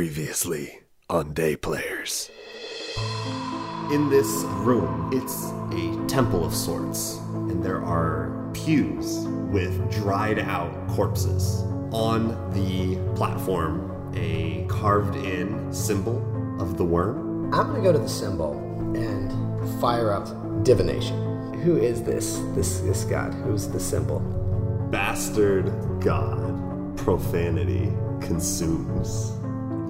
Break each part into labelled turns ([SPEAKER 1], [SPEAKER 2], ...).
[SPEAKER 1] Previously on Day Players.
[SPEAKER 2] In this room, it's a temple of sorts, and there are pews with dried out corpses. On the platform, a carved in symbol of the worm.
[SPEAKER 3] I'm gonna go to the symbol and fire up divination. Who is this? This this god? Who's the symbol?
[SPEAKER 2] Bastard god, profanity consumes.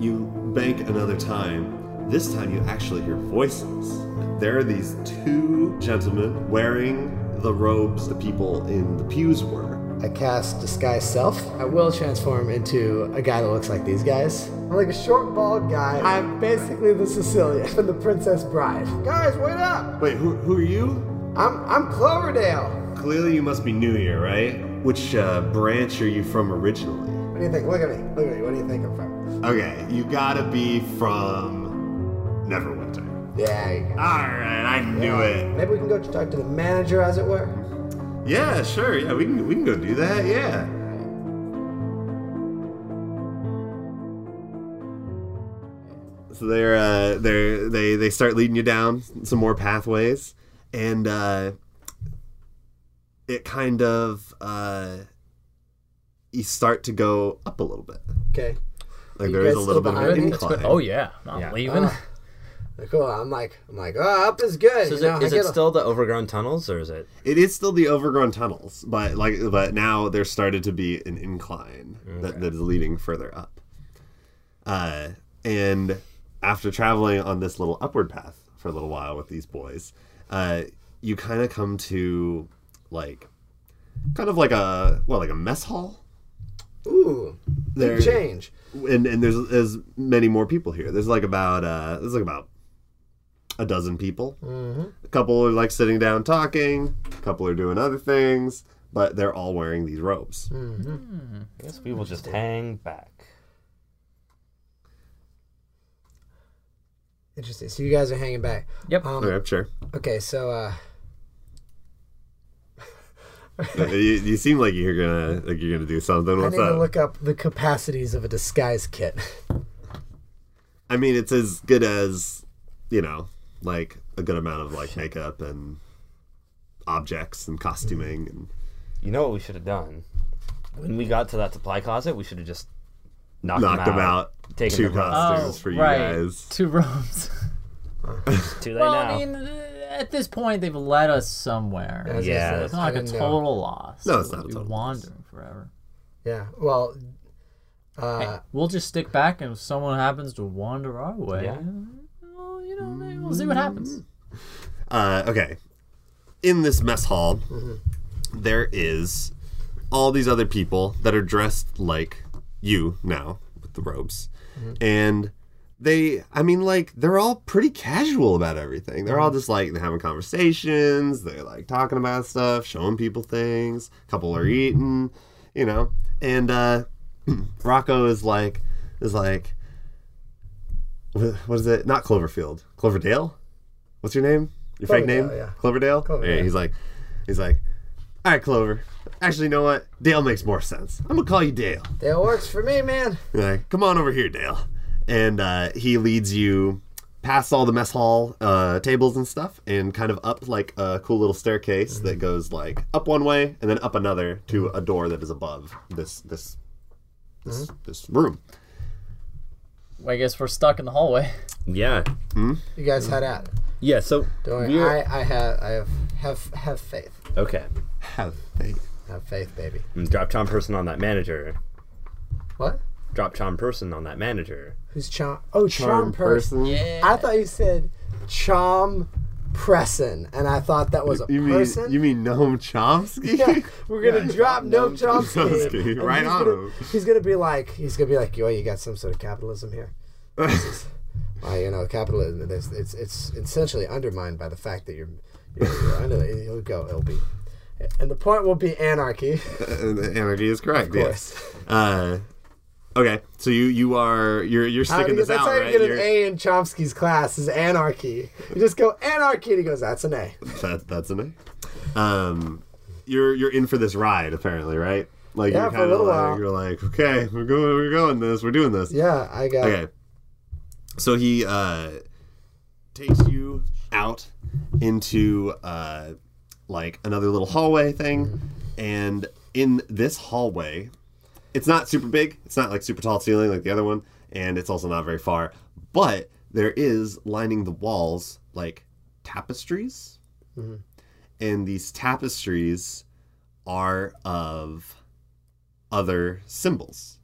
[SPEAKER 2] You bank another time. This time you actually hear voices. There are these two gentlemen wearing the robes the people in the pews were.
[SPEAKER 3] I cast disguise self. I will transform into a guy that looks like these guys. I'm like a short bald guy. I'm basically the Sicilian from the Princess Bride. Guys, wait up!
[SPEAKER 2] Wait, who, who are you?
[SPEAKER 3] I'm I'm Cloverdale.
[SPEAKER 2] Clearly, you must be new here, right? Which uh, branch are you from originally?
[SPEAKER 3] What do you think? Look at me. Look at me. What do you think I'm from?
[SPEAKER 2] Okay, you gotta be from Neverwinter.
[SPEAKER 3] Yeah. you got
[SPEAKER 2] Alright, I
[SPEAKER 3] it.
[SPEAKER 2] knew it.
[SPEAKER 3] Maybe we can go talk to the manager, as it were.
[SPEAKER 2] Yeah, sure, yeah, we can, we can go do that, yeah. So they're, uh, they're, they, they start leading you down some more pathways, and uh, it kind of, uh, you start to go up a little bit.
[SPEAKER 3] Okay.
[SPEAKER 2] Like
[SPEAKER 3] You
[SPEAKER 2] there is
[SPEAKER 3] guys
[SPEAKER 2] a
[SPEAKER 3] still
[SPEAKER 2] little bit of
[SPEAKER 3] behind
[SPEAKER 2] an
[SPEAKER 3] me?
[SPEAKER 2] incline.
[SPEAKER 4] Oh yeah, Uh, I'm
[SPEAKER 5] Yeah.
[SPEAKER 4] leaving.
[SPEAKER 3] Cool. I'm like I'm like oh, up is good.
[SPEAKER 5] So is
[SPEAKER 3] you know,
[SPEAKER 5] it, is
[SPEAKER 3] I
[SPEAKER 5] it
[SPEAKER 3] get a-
[SPEAKER 5] still the overgrown tunnels, or is it?
[SPEAKER 2] It is still the overgrown tunnels, but like, but now there started to be an incline that, that is leading further up. Uh, and after traveling on this little upward path for a little while with these boys, uh, you kind of come to like, kind of like a well, like a mess hall.
[SPEAKER 3] Ooh,
[SPEAKER 2] There-
[SPEAKER 3] big change.
[SPEAKER 2] and and there's there's many more people here. There's like about uh there's like about a dozen people.
[SPEAKER 3] Mm-hmm.
[SPEAKER 2] A couple are like sitting down talking. A couple are doing other things, but they're all wearing these robes.
[SPEAKER 3] Hmm.
[SPEAKER 5] I guess we will just hang back.
[SPEAKER 3] Interesting. So you guys are hanging back.
[SPEAKER 4] Yep.
[SPEAKER 3] Um,
[SPEAKER 2] Okay, sure.
[SPEAKER 3] Okay, so uh,
[SPEAKER 2] Uh, you, you seem like you're gonna like you're gonna do something.
[SPEAKER 3] I
[SPEAKER 2] What's
[SPEAKER 3] need
[SPEAKER 2] that?
[SPEAKER 3] to look up the capacities of a disguise kit.
[SPEAKER 2] I mean, it's as good as you know, like a good amount of like makeup and objects and costuming and
[SPEAKER 5] You know what we should have done? When we got to that supply closet, we should have just knocked,
[SPEAKER 2] knocked
[SPEAKER 5] them
[SPEAKER 2] them out.
[SPEAKER 5] Taken
[SPEAKER 2] Two
[SPEAKER 5] them out.
[SPEAKER 2] costumes for you guys.
[SPEAKER 4] Two rooms.
[SPEAKER 5] Too late
[SPEAKER 4] well,
[SPEAKER 5] now.
[SPEAKER 4] I mean, uh, at this point, they've led us somewhere.
[SPEAKER 3] I was
[SPEAKER 5] Yeah.
[SPEAKER 3] gonna say,
[SPEAKER 4] It's not
[SPEAKER 3] I
[SPEAKER 4] Oh, like a
[SPEAKER 3] didn't know.
[SPEAKER 4] total loss.
[SPEAKER 2] No, it's not a
[SPEAKER 4] We've been
[SPEAKER 2] total loss.
[SPEAKER 4] wandering forever.
[SPEAKER 3] Yeah. Well,
[SPEAKER 4] Hey, we'll just stick back, and if someone happens to wander our way,
[SPEAKER 5] Yeah.
[SPEAKER 4] well, you know, maybe we'll see what happens.
[SPEAKER 2] Uh, okay. In this mess hall, there is all these other people that are dressed like you now with the robes. And they, I mean, like, they're all pretty casual about everything. They're all just like, they're having conversations, they're like talking about stuff, showing people things, couple are eating, you know. And uh, Rocco is like, is like, wh- what is it? Not Cloverfield, Cloverdale? What's your name? Your fake
[SPEAKER 3] Cloverdale,
[SPEAKER 2] name?
[SPEAKER 3] yeah.
[SPEAKER 2] Cloverdale?
[SPEAKER 3] Cloverdale.
[SPEAKER 2] Yeah, he's like, he's like, all right, Clover. Actually, you know what? Dale makes more sense. I'm gonna call you Dale.
[SPEAKER 3] that works for me, man.
[SPEAKER 2] You're like, come on over here, Dale. And uh, he leads you past all the mess hall uh, tables and stuff, and kind of up like a cool little staircase
[SPEAKER 3] Mm-hmm.
[SPEAKER 2] that goes like up one way and then up another to a door that is above this this this,
[SPEAKER 3] Mm-hmm.
[SPEAKER 2] this room.
[SPEAKER 4] Well, I guess we're stuck in the hallway.
[SPEAKER 5] yeah,
[SPEAKER 3] You guys had at. it.
[SPEAKER 5] yeah. So
[SPEAKER 3] Don't worry.
[SPEAKER 5] we're-
[SPEAKER 3] I, I have, I have, have, have faith.
[SPEAKER 5] okay.
[SPEAKER 2] Have faith.
[SPEAKER 3] Have faith, baby.
[SPEAKER 5] Drop Chom person on that manager.
[SPEAKER 3] What?
[SPEAKER 5] Drop Chom person on that manager.
[SPEAKER 3] Who's Chom? Oh, Chom Person.
[SPEAKER 4] Yeah.
[SPEAKER 3] I thought you said Chom Presson, and I thought that was a
[SPEAKER 2] You mean
[SPEAKER 3] person.
[SPEAKER 2] you mean Noam Chomsky?
[SPEAKER 3] Yeah, we're gonna drop Noam Chomsky.
[SPEAKER 2] Chomsky,
[SPEAKER 3] and
[SPEAKER 2] right
[SPEAKER 3] he's
[SPEAKER 2] on
[SPEAKER 3] gonna-
[SPEAKER 2] him.
[SPEAKER 3] He's gonna be like, he's gonna be like, yo, you got some sort of capitalism here. This is- well, you know, capitalism. It's, it's it's essentially undermined by the fact that you're you're, you're under. It'll go. It'll be, and the point will be anarchy.
[SPEAKER 2] Uh, the Anarchy is correct.
[SPEAKER 3] course.
[SPEAKER 2] Yes. Uh, okay, so you you are you're you're
[SPEAKER 3] How do
[SPEAKER 2] sticking
[SPEAKER 3] you-
[SPEAKER 2] this
[SPEAKER 3] that's
[SPEAKER 2] out,
[SPEAKER 3] how you
[SPEAKER 2] right?
[SPEAKER 3] get an
[SPEAKER 2] You're-
[SPEAKER 3] A in Chomsky's class is anarchy. You just go anarchy, and he goes, that's an A.
[SPEAKER 2] That, that's an A. Um, you're you're in for this ride apparently, right? Like
[SPEAKER 3] Yeah,
[SPEAKER 2] you're
[SPEAKER 3] for a
[SPEAKER 2] kind of
[SPEAKER 3] little
[SPEAKER 2] like
[SPEAKER 3] while.
[SPEAKER 2] you're like, okay, we're going, we're going this, we're doing this.
[SPEAKER 3] Yeah, I got.
[SPEAKER 2] Okay. So he uh, takes you out into uh, like another little hallway thing, and in this hallway, it's not super big. It's not like super tall ceiling like the other one, and it's also not very far. But there is lining the walls like tapestries, and these tapestries are of other symbols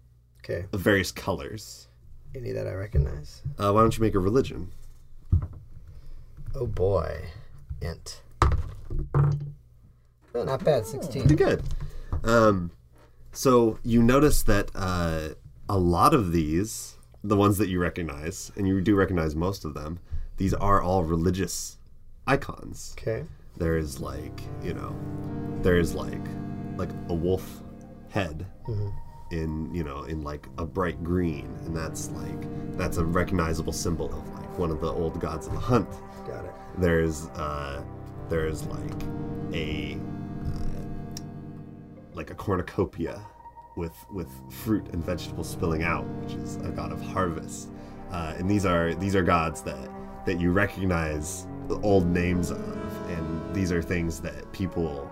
[SPEAKER 3] Okay.
[SPEAKER 2] of various colors.
[SPEAKER 3] Any that I recognize?
[SPEAKER 2] Uh, why don't you make a religion?
[SPEAKER 3] Oh boy, int. Oh, not bad.
[SPEAKER 2] Pretty
[SPEAKER 3] Sixteen.
[SPEAKER 2] good. Um, so you notice that uh, a lot of these, the ones that you recognize, and you do recognize most of them, these are all religious icons.
[SPEAKER 3] Okay.
[SPEAKER 2] There is like, you know, there is like, like a wolf head in, you know, in like a bright green, and that's like, that's a recognizable symbol of like one of the old gods of the hunt.
[SPEAKER 3] Got it.
[SPEAKER 2] there's uh there's like a uh, like a cornucopia with with fruit and vegetables spilling out which is a god of harvest uh, and these are these are gods that that you recognize the old names of and these are things that people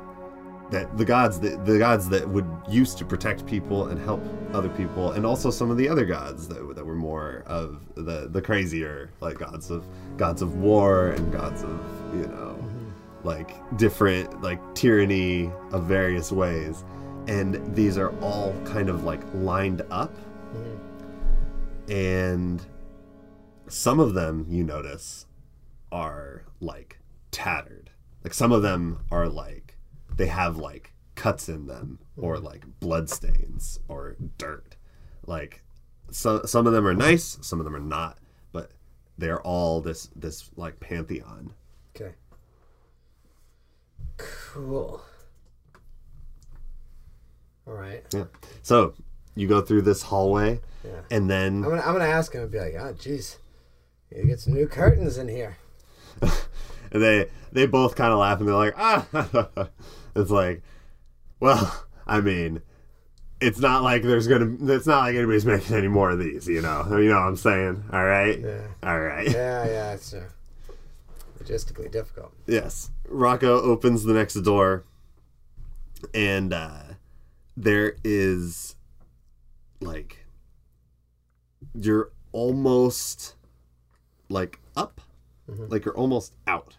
[SPEAKER 2] that the gods that the gods that would used to protect people and help other people and also some of the other gods that, were- that were more of the the crazier like gods of gods of war and gods of you know like different like tyranny of various ways and these are all kind of like lined up and some of them you notice are like tattered. Like some of them are like they have like cuts in them or like blood stains or dirt. Like some some of them are nice, some of them are not, but they're all this this like pantheon.
[SPEAKER 3] Okay. Cool. All right.
[SPEAKER 2] Yeah. So you go through this hallway
[SPEAKER 3] Yeah.
[SPEAKER 2] and
[SPEAKER 3] I'm
[SPEAKER 2] then
[SPEAKER 3] gonna I'm gonna ask him and be like, oh jeez, you get some new curtains in here.
[SPEAKER 2] and they they both kind of laugh and they're like ah it's like well i mean it's not like there's gonna it's not like anybody's making any more of these you know you know what i'm saying all right
[SPEAKER 3] Yeah.
[SPEAKER 2] all right
[SPEAKER 3] Yeah, yeah, it's uh, logistically difficult.
[SPEAKER 2] yes rocco opens the next door and uh there is like you're almost like up like you're almost out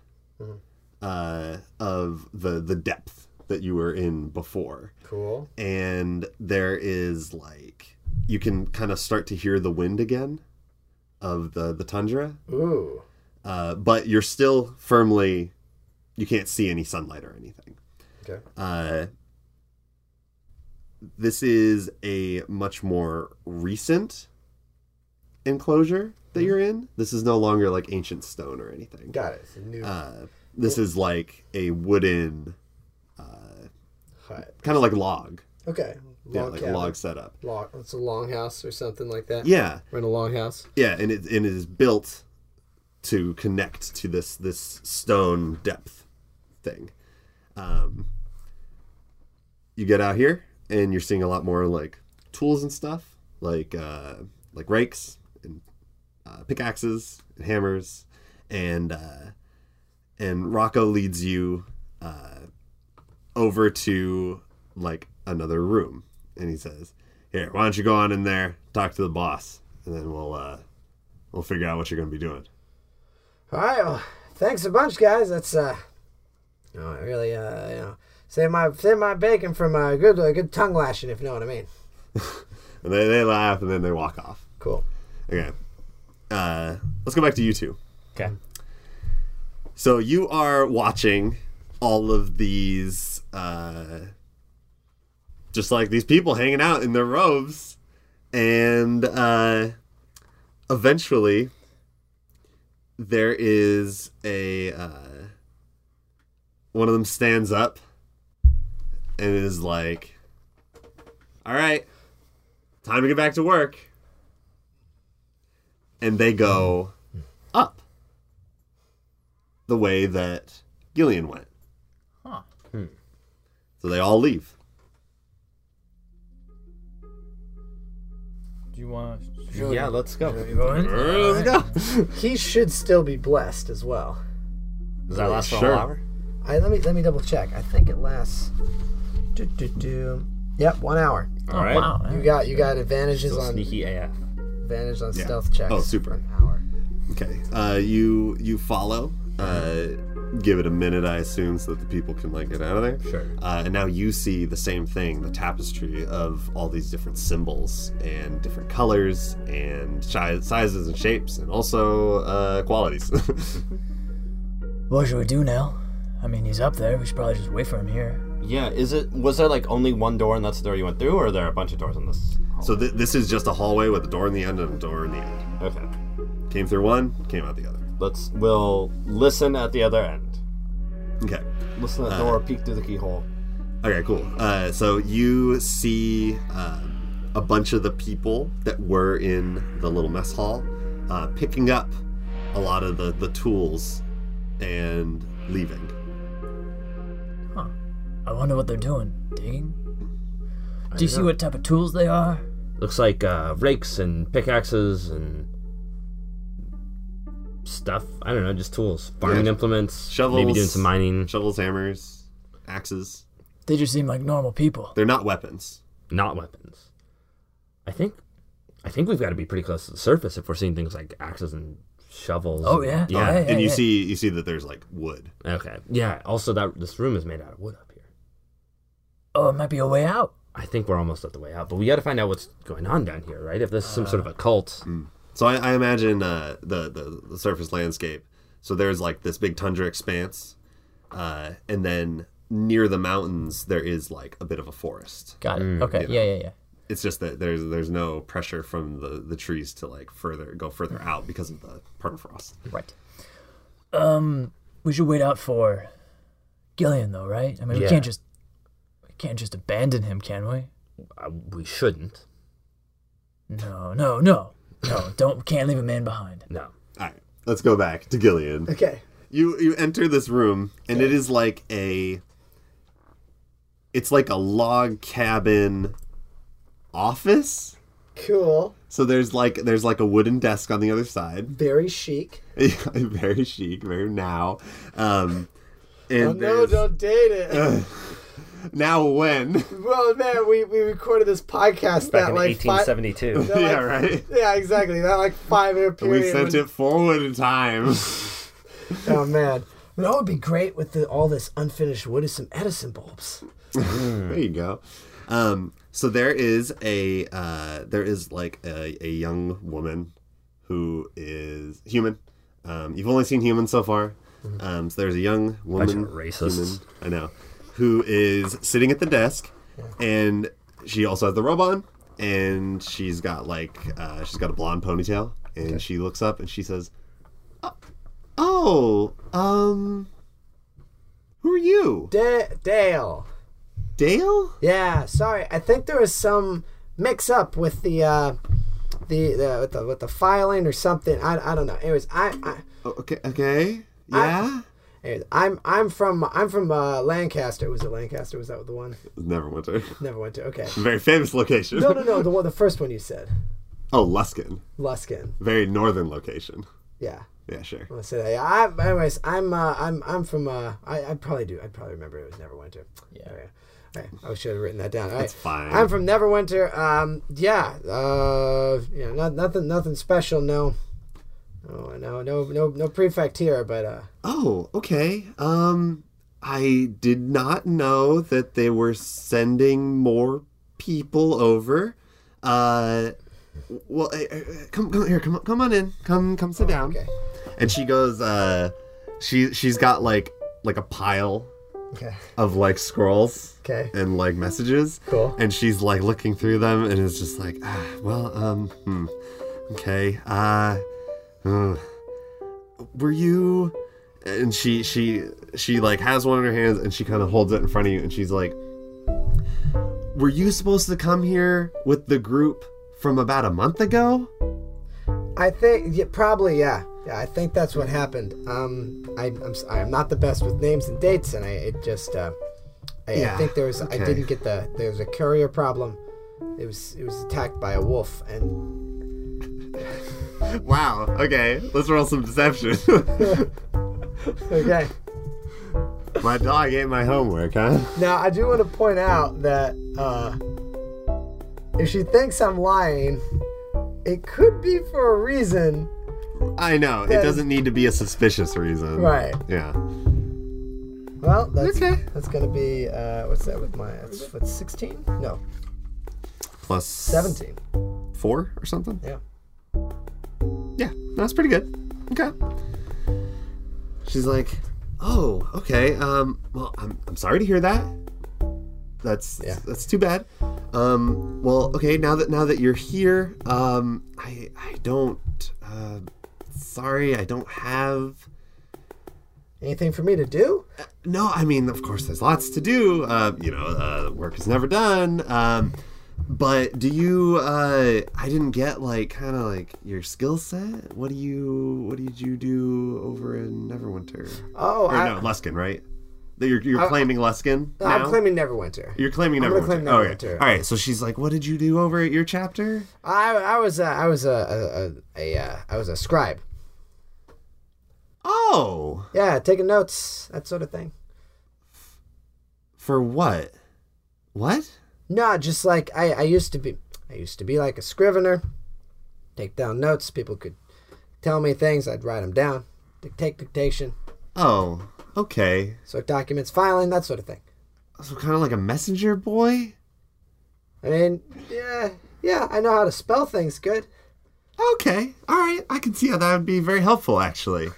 [SPEAKER 2] uh of the the depth that you were in before
[SPEAKER 3] Cool.
[SPEAKER 2] and there is like you can kind of start to hear the wind again of the the tundra
[SPEAKER 3] Ooh.
[SPEAKER 2] uh, but you're still firmly you can't see any sunlight or anything
[SPEAKER 3] Okay.
[SPEAKER 2] uh, this is a much more recent enclosure that you're in this is no longer like ancient stone or anything
[SPEAKER 3] Got it. It's a new
[SPEAKER 2] uh, this is like a wooden
[SPEAKER 3] hut.
[SPEAKER 2] kind of like log
[SPEAKER 3] Okay. Log
[SPEAKER 2] yeah like a
[SPEAKER 3] cabin.
[SPEAKER 2] log setup
[SPEAKER 3] Log. It's a longhouse or something like that.
[SPEAKER 2] yeah
[SPEAKER 3] We're in a longhouse.
[SPEAKER 2] Yeah, and it and it is built to connect to this this stone depth thing. Um, you get out here, and you're seeing a lot more like tools and stuff, like uh, like rakes and uh, pickaxes and hammers, and uh, and Rocco leads you uh, over to like another room, and he says, "Here, why don't you go on in there, talk to the boss, and then we'll uh, we'll figure out what you're going to be doing."
[SPEAKER 3] All right. Well, thanks a bunch, guys. That's uh, you know, it really uh, you know, save my save my bacon from a good a good tongue lashing, if you know what I mean.
[SPEAKER 2] And they, they laugh, and then they walk off.
[SPEAKER 3] Cool.
[SPEAKER 2] Okay, uh, let's go back to you two.
[SPEAKER 5] Okay.
[SPEAKER 2] So you are watching all of these, uh, just like these people hanging out in their robes, and uh, eventually there is a uh, one of them stands up and is like, "All right, time to get back to work," and they go up the way that Gillian went.
[SPEAKER 4] Huh.
[SPEAKER 2] So they all leave.
[SPEAKER 4] Do you want? to
[SPEAKER 5] Yeah, let's go.
[SPEAKER 4] Go in?
[SPEAKER 2] Let's go.
[SPEAKER 3] He should still be blessed as well.
[SPEAKER 5] Does that last for
[SPEAKER 2] Sure.
[SPEAKER 5] a whole hour?
[SPEAKER 3] I let me let me double check. I think it lasts. Do, do, do. Yep, one hour.
[SPEAKER 5] All right.
[SPEAKER 4] Oh, Wow.
[SPEAKER 3] You got you got advantages
[SPEAKER 5] So
[SPEAKER 3] on
[SPEAKER 5] sneaky AF.
[SPEAKER 3] advantage on
[SPEAKER 2] Yeah.
[SPEAKER 3] stealth checks.
[SPEAKER 2] Oh, super.
[SPEAKER 3] An hour.
[SPEAKER 2] Okay. Uh, you you follow. Uh, give it a minute, I assume, so that the people can like get out of there.
[SPEAKER 5] Sure.
[SPEAKER 2] Uh, and now you see the same thing: the tapestry of all these different symbols and different colors and shi- sizes and shapes, and also uh, qualities.
[SPEAKER 6] What should we do now? I mean, he's up there. We should probably just wait for him here.
[SPEAKER 5] Yeah. Is it? Was there like only one door, and that's the door you went through, or are there a bunch of doors on this?
[SPEAKER 2] so th- this is just a hallway with a door in the end and a door in the end.
[SPEAKER 5] Okay.
[SPEAKER 2] Came through one, came out the other.
[SPEAKER 5] Let's. We'll listen at the other end.
[SPEAKER 2] Okay.
[SPEAKER 5] Listen at the door. Peek through the keyhole.
[SPEAKER 2] Okay, cool. Uh, so you see um, a bunch of the people that were in the little mess hall uh, picking up a lot of the, the tools and leaving.
[SPEAKER 6] I wonder what they're doing. Digging? Do you see what type of tools they are?
[SPEAKER 5] Looks like uh, rakes and pickaxes and stuff. I don't know, just tools, farming
[SPEAKER 2] Yeah.
[SPEAKER 5] implements,
[SPEAKER 2] Shovels.
[SPEAKER 5] maybe doing some mining.
[SPEAKER 2] Shovels, hammers, axes.
[SPEAKER 6] They just seem like normal people.
[SPEAKER 2] They're not weapons.
[SPEAKER 5] not weapons. I think, I think we've got to be pretty close to the surface if we're seeing things like axes and shovels.
[SPEAKER 6] Oh,
[SPEAKER 5] and-
[SPEAKER 6] yeah.
[SPEAKER 5] yeah.
[SPEAKER 6] Oh, hey,
[SPEAKER 2] Uh, and you
[SPEAKER 6] hey.
[SPEAKER 2] see you see that there's like wood.
[SPEAKER 5] Okay, yeah. Also, that this room is made out of wood up here.
[SPEAKER 6] Oh, it might be a way out.
[SPEAKER 5] I think we're almost at the way out, but we got to find out what's going on down here, right? If this is some sort of a cult,
[SPEAKER 2] So I, I imagine uh, the, the the surface landscape. So there's like this big tundra expanse, uh, and then near the mountains there is like a bit of a forest.
[SPEAKER 6] Got it. okay. Yeah, yeah, yeah.
[SPEAKER 2] It's just that there's there's no pressure from the, the trees to like further go further out because of the permafrost.
[SPEAKER 6] Right. Um, we should wait out for Gillian, though, right? I mean, we
[SPEAKER 5] Yeah.
[SPEAKER 6] can't just we can't just abandon him, can we?
[SPEAKER 5] uh, we shouldn't.
[SPEAKER 6] No, no, no, no. Don't can't leave a man behind.
[SPEAKER 5] No.
[SPEAKER 2] All right, let's go back to Gillian.
[SPEAKER 3] Okay.
[SPEAKER 2] you you enter this room and it is like a it's like a log cabin office.
[SPEAKER 3] Cool.
[SPEAKER 2] So there's like there's like a wooden desk on the other side.
[SPEAKER 3] Very chic.
[SPEAKER 2] very chic, very now. Um, and
[SPEAKER 3] Oh, no,
[SPEAKER 2] there's-
[SPEAKER 3] don't date it.
[SPEAKER 2] now when?
[SPEAKER 3] well, man, we, we recorded this podcast
[SPEAKER 5] Back
[SPEAKER 3] that
[SPEAKER 5] in
[SPEAKER 3] like five.
[SPEAKER 5] 1872.
[SPEAKER 3] that,
[SPEAKER 2] yeah,
[SPEAKER 3] like-
[SPEAKER 2] right.
[SPEAKER 3] Yeah, exactly. That like five year period.
[SPEAKER 2] We sent
[SPEAKER 3] when-
[SPEAKER 2] it forward in time.
[SPEAKER 3] Oh man, that would be great with the, all this unfinished wood is some Edison bulbs.
[SPEAKER 2] there you go. Um, so there is a uh, there is like a, a young woman who is human. Um, you've only seen humans so far. Um, so there's a young woman,
[SPEAKER 5] Mm-hmm. Bunch of racists.
[SPEAKER 2] human, I know, who is sitting at the desk, and she also has the robe on, and she's got like uh, she's got a blonde ponytail, and she looks up and she says, "Uh, "Oh, um, who are you,
[SPEAKER 3] Da- Dale.
[SPEAKER 2] Dale?"
[SPEAKER 3] Yeah, sorry. I think there was some mix up with the uh, the, the with the with the filing or something. I, I don't know. Anyways, I, I
[SPEAKER 2] Oh, Okay. Okay. Yeah.
[SPEAKER 3] anyways, I'm I'm from I'm from uh, Lancaster. Was it Lancaster? Was that the one?
[SPEAKER 2] Never Neverwinter.
[SPEAKER 3] Never went to. Okay.
[SPEAKER 2] Very famous location.
[SPEAKER 3] No, no, no. The one, the first one you said,
[SPEAKER 2] Oh, Luskin.
[SPEAKER 3] Luskin.
[SPEAKER 2] Very northern location.
[SPEAKER 3] Yeah.
[SPEAKER 2] Yeah, sure.
[SPEAKER 3] I said, yeah, I, anyways, I'm, uh, I'm, I'm from, uh, I, I probably do, I probably remember it was Neverwinter. Oh, Yeah. Okay. I should have written that down. All right.
[SPEAKER 2] fine.
[SPEAKER 3] I'm from Neverwinter. Um, yeah. Uh, you know, not, nothing, nothing special. No. Oh, no, no, no, no prefect here, but uh,
[SPEAKER 2] Oh, okay. Um, I did not know that they were sending more people over. Uh, well, eh, eh, eh, come, come here, come, come on in, come, come, sit down.
[SPEAKER 3] okay.
[SPEAKER 2] And she goes. Uh, she she's got like like a pile
[SPEAKER 3] Okay.
[SPEAKER 2] of like scrolls.
[SPEAKER 3] Okay.
[SPEAKER 2] and like messages.
[SPEAKER 3] Cool.
[SPEAKER 2] And she's like looking through them and is just like, ah, well, um, hmm, okay, uh, hmm. were you? And she she she like has one in her hands and she kind of holds it in front of you and she's like, were you supposed to come here with the group from about a month ago?
[SPEAKER 3] I think, yeah, probably, yeah. Yeah, I think that's what happened. Um, I, I'm, s- I'm not the best with names and dates, and I, it just, uh, I, I
[SPEAKER 2] Yeah,
[SPEAKER 3] think there was, I
[SPEAKER 2] okay.
[SPEAKER 3] didn't get the, there was a courier problem, It was it was attacked by a wolf, and
[SPEAKER 2] Wow. Okay, let's roll some deception.
[SPEAKER 3] okay.
[SPEAKER 2] my dog ate my homework, huh?
[SPEAKER 3] Now I do want to point out that uh, if she thinks I'm lying, it could be for a reason,
[SPEAKER 2] I know. It doesn't need to be a suspicious reason.
[SPEAKER 3] right?
[SPEAKER 2] Yeah.
[SPEAKER 3] Well, that's that's gonna be uh, what's that with my that's what's sixteen? No,
[SPEAKER 2] Plus
[SPEAKER 3] seventeen.
[SPEAKER 2] four or something.
[SPEAKER 3] Yeah.
[SPEAKER 2] Yeah, that's pretty good. Okay. She's like, oh, okay. Um, well, I'm, I'm sorry to hear that. That's
[SPEAKER 3] Yeah.
[SPEAKER 2] that's too bad. Um, well, okay. Now that now that you're here, um, I I don't. Uh, sorry, I don't have.
[SPEAKER 3] Anything for me to do?
[SPEAKER 2] No, I mean, of course, there's lots to do. Uh, you know, uh, work is never done. Um, but do you? Uh, I didn't get like kind of like your skill set. What do you? What did you do over in Neverwinter?
[SPEAKER 3] Oh,
[SPEAKER 2] Or
[SPEAKER 3] I,
[SPEAKER 2] no, Luskin, right? That you're you're claiming Luskin
[SPEAKER 3] no, I'm
[SPEAKER 2] now?
[SPEAKER 3] claiming Neverwinter.
[SPEAKER 2] You're claiming
[SPEAKER 3] I'm gonna
[SPEAKER 2] Neverwinter.
[SPEAKER 3] claim
[SPEAKER 2] Okay.
[SPEAKER 3] Neverwinter.
[SPEAKER 2] All right. So she's like, "What did you do over at your chapter?"
[SPEAKER 3] I I was uh, I was a a, a, a uh, I was a scribe.
[SPEAKER 2] Oh,
[SPEAKER 3] Yeah, taking notes, that sort of thing.
[SPEAKER 2] for what? What?
[SPEAKER 3] No, just like I, I used to be I used to be like a scrivener. Take down notes, people could tell me things, I'd write them down. Dictate dictation,
[SPEAKER 2] Oh, okay.
[SPEAKER 3] sort documents, filing, that sort of thing.
[SPEAKER 2] So kind of like a messenger boy.
[SPEAKER 3] I mean, yeah, yeah, I know how to spell things good.
[SPEAKER 2] Okay. All right. I can see how that would be very helpful, actually.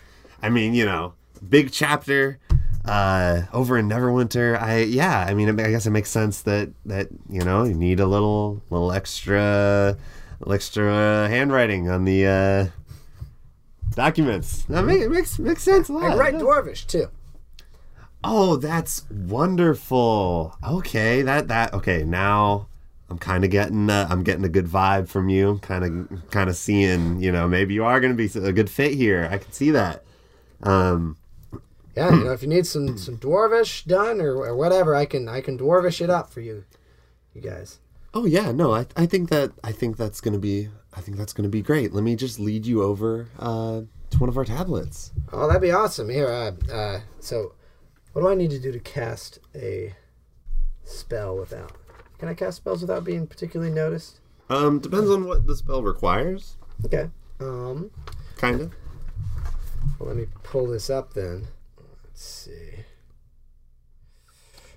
[SPEAKER 2] I mean, you know, big chapter uh, over in Neverwinter. I yeah. I mean, I guess it makes sense that that you know you need a little little extra little extra handwriting on the uh, documents. That make, it makes makes sense a lot.
[SPEAKER 3] I write dwarvish too.
[SPEAKER 2] Oh, that's wonderful. Okay, that that okay. Now I'm kind of getting uh, I'm getting a good vibe from you. Kind of kind of seeing you know maybe you are going to be a good fit here. I can see that. Um,
[SPEAKER 3] Yeah, you know, if you need some some dwarvish done or, or whatever, I can I can dwarvish it up for you, you guys.
[SPEAKER 2] oh yeah, no, I I think that I think that's gonna be I think that's gonna be great. Let me just lead you over uh, to one of our tablets.
[SPEAKER 3] Oh, that'd be awesome. Here, uh, uh, so what do I need to do to cast a spell without? Can I cast spells without being particularly noticed?
[SPEAKER 2] Um, depends on what the spell requires.
[SPEAKER 3] Okay. Um,
[SPEAKER 2] Kind of.
[SPEAKER 3] well, let me pull this up then. Let's see.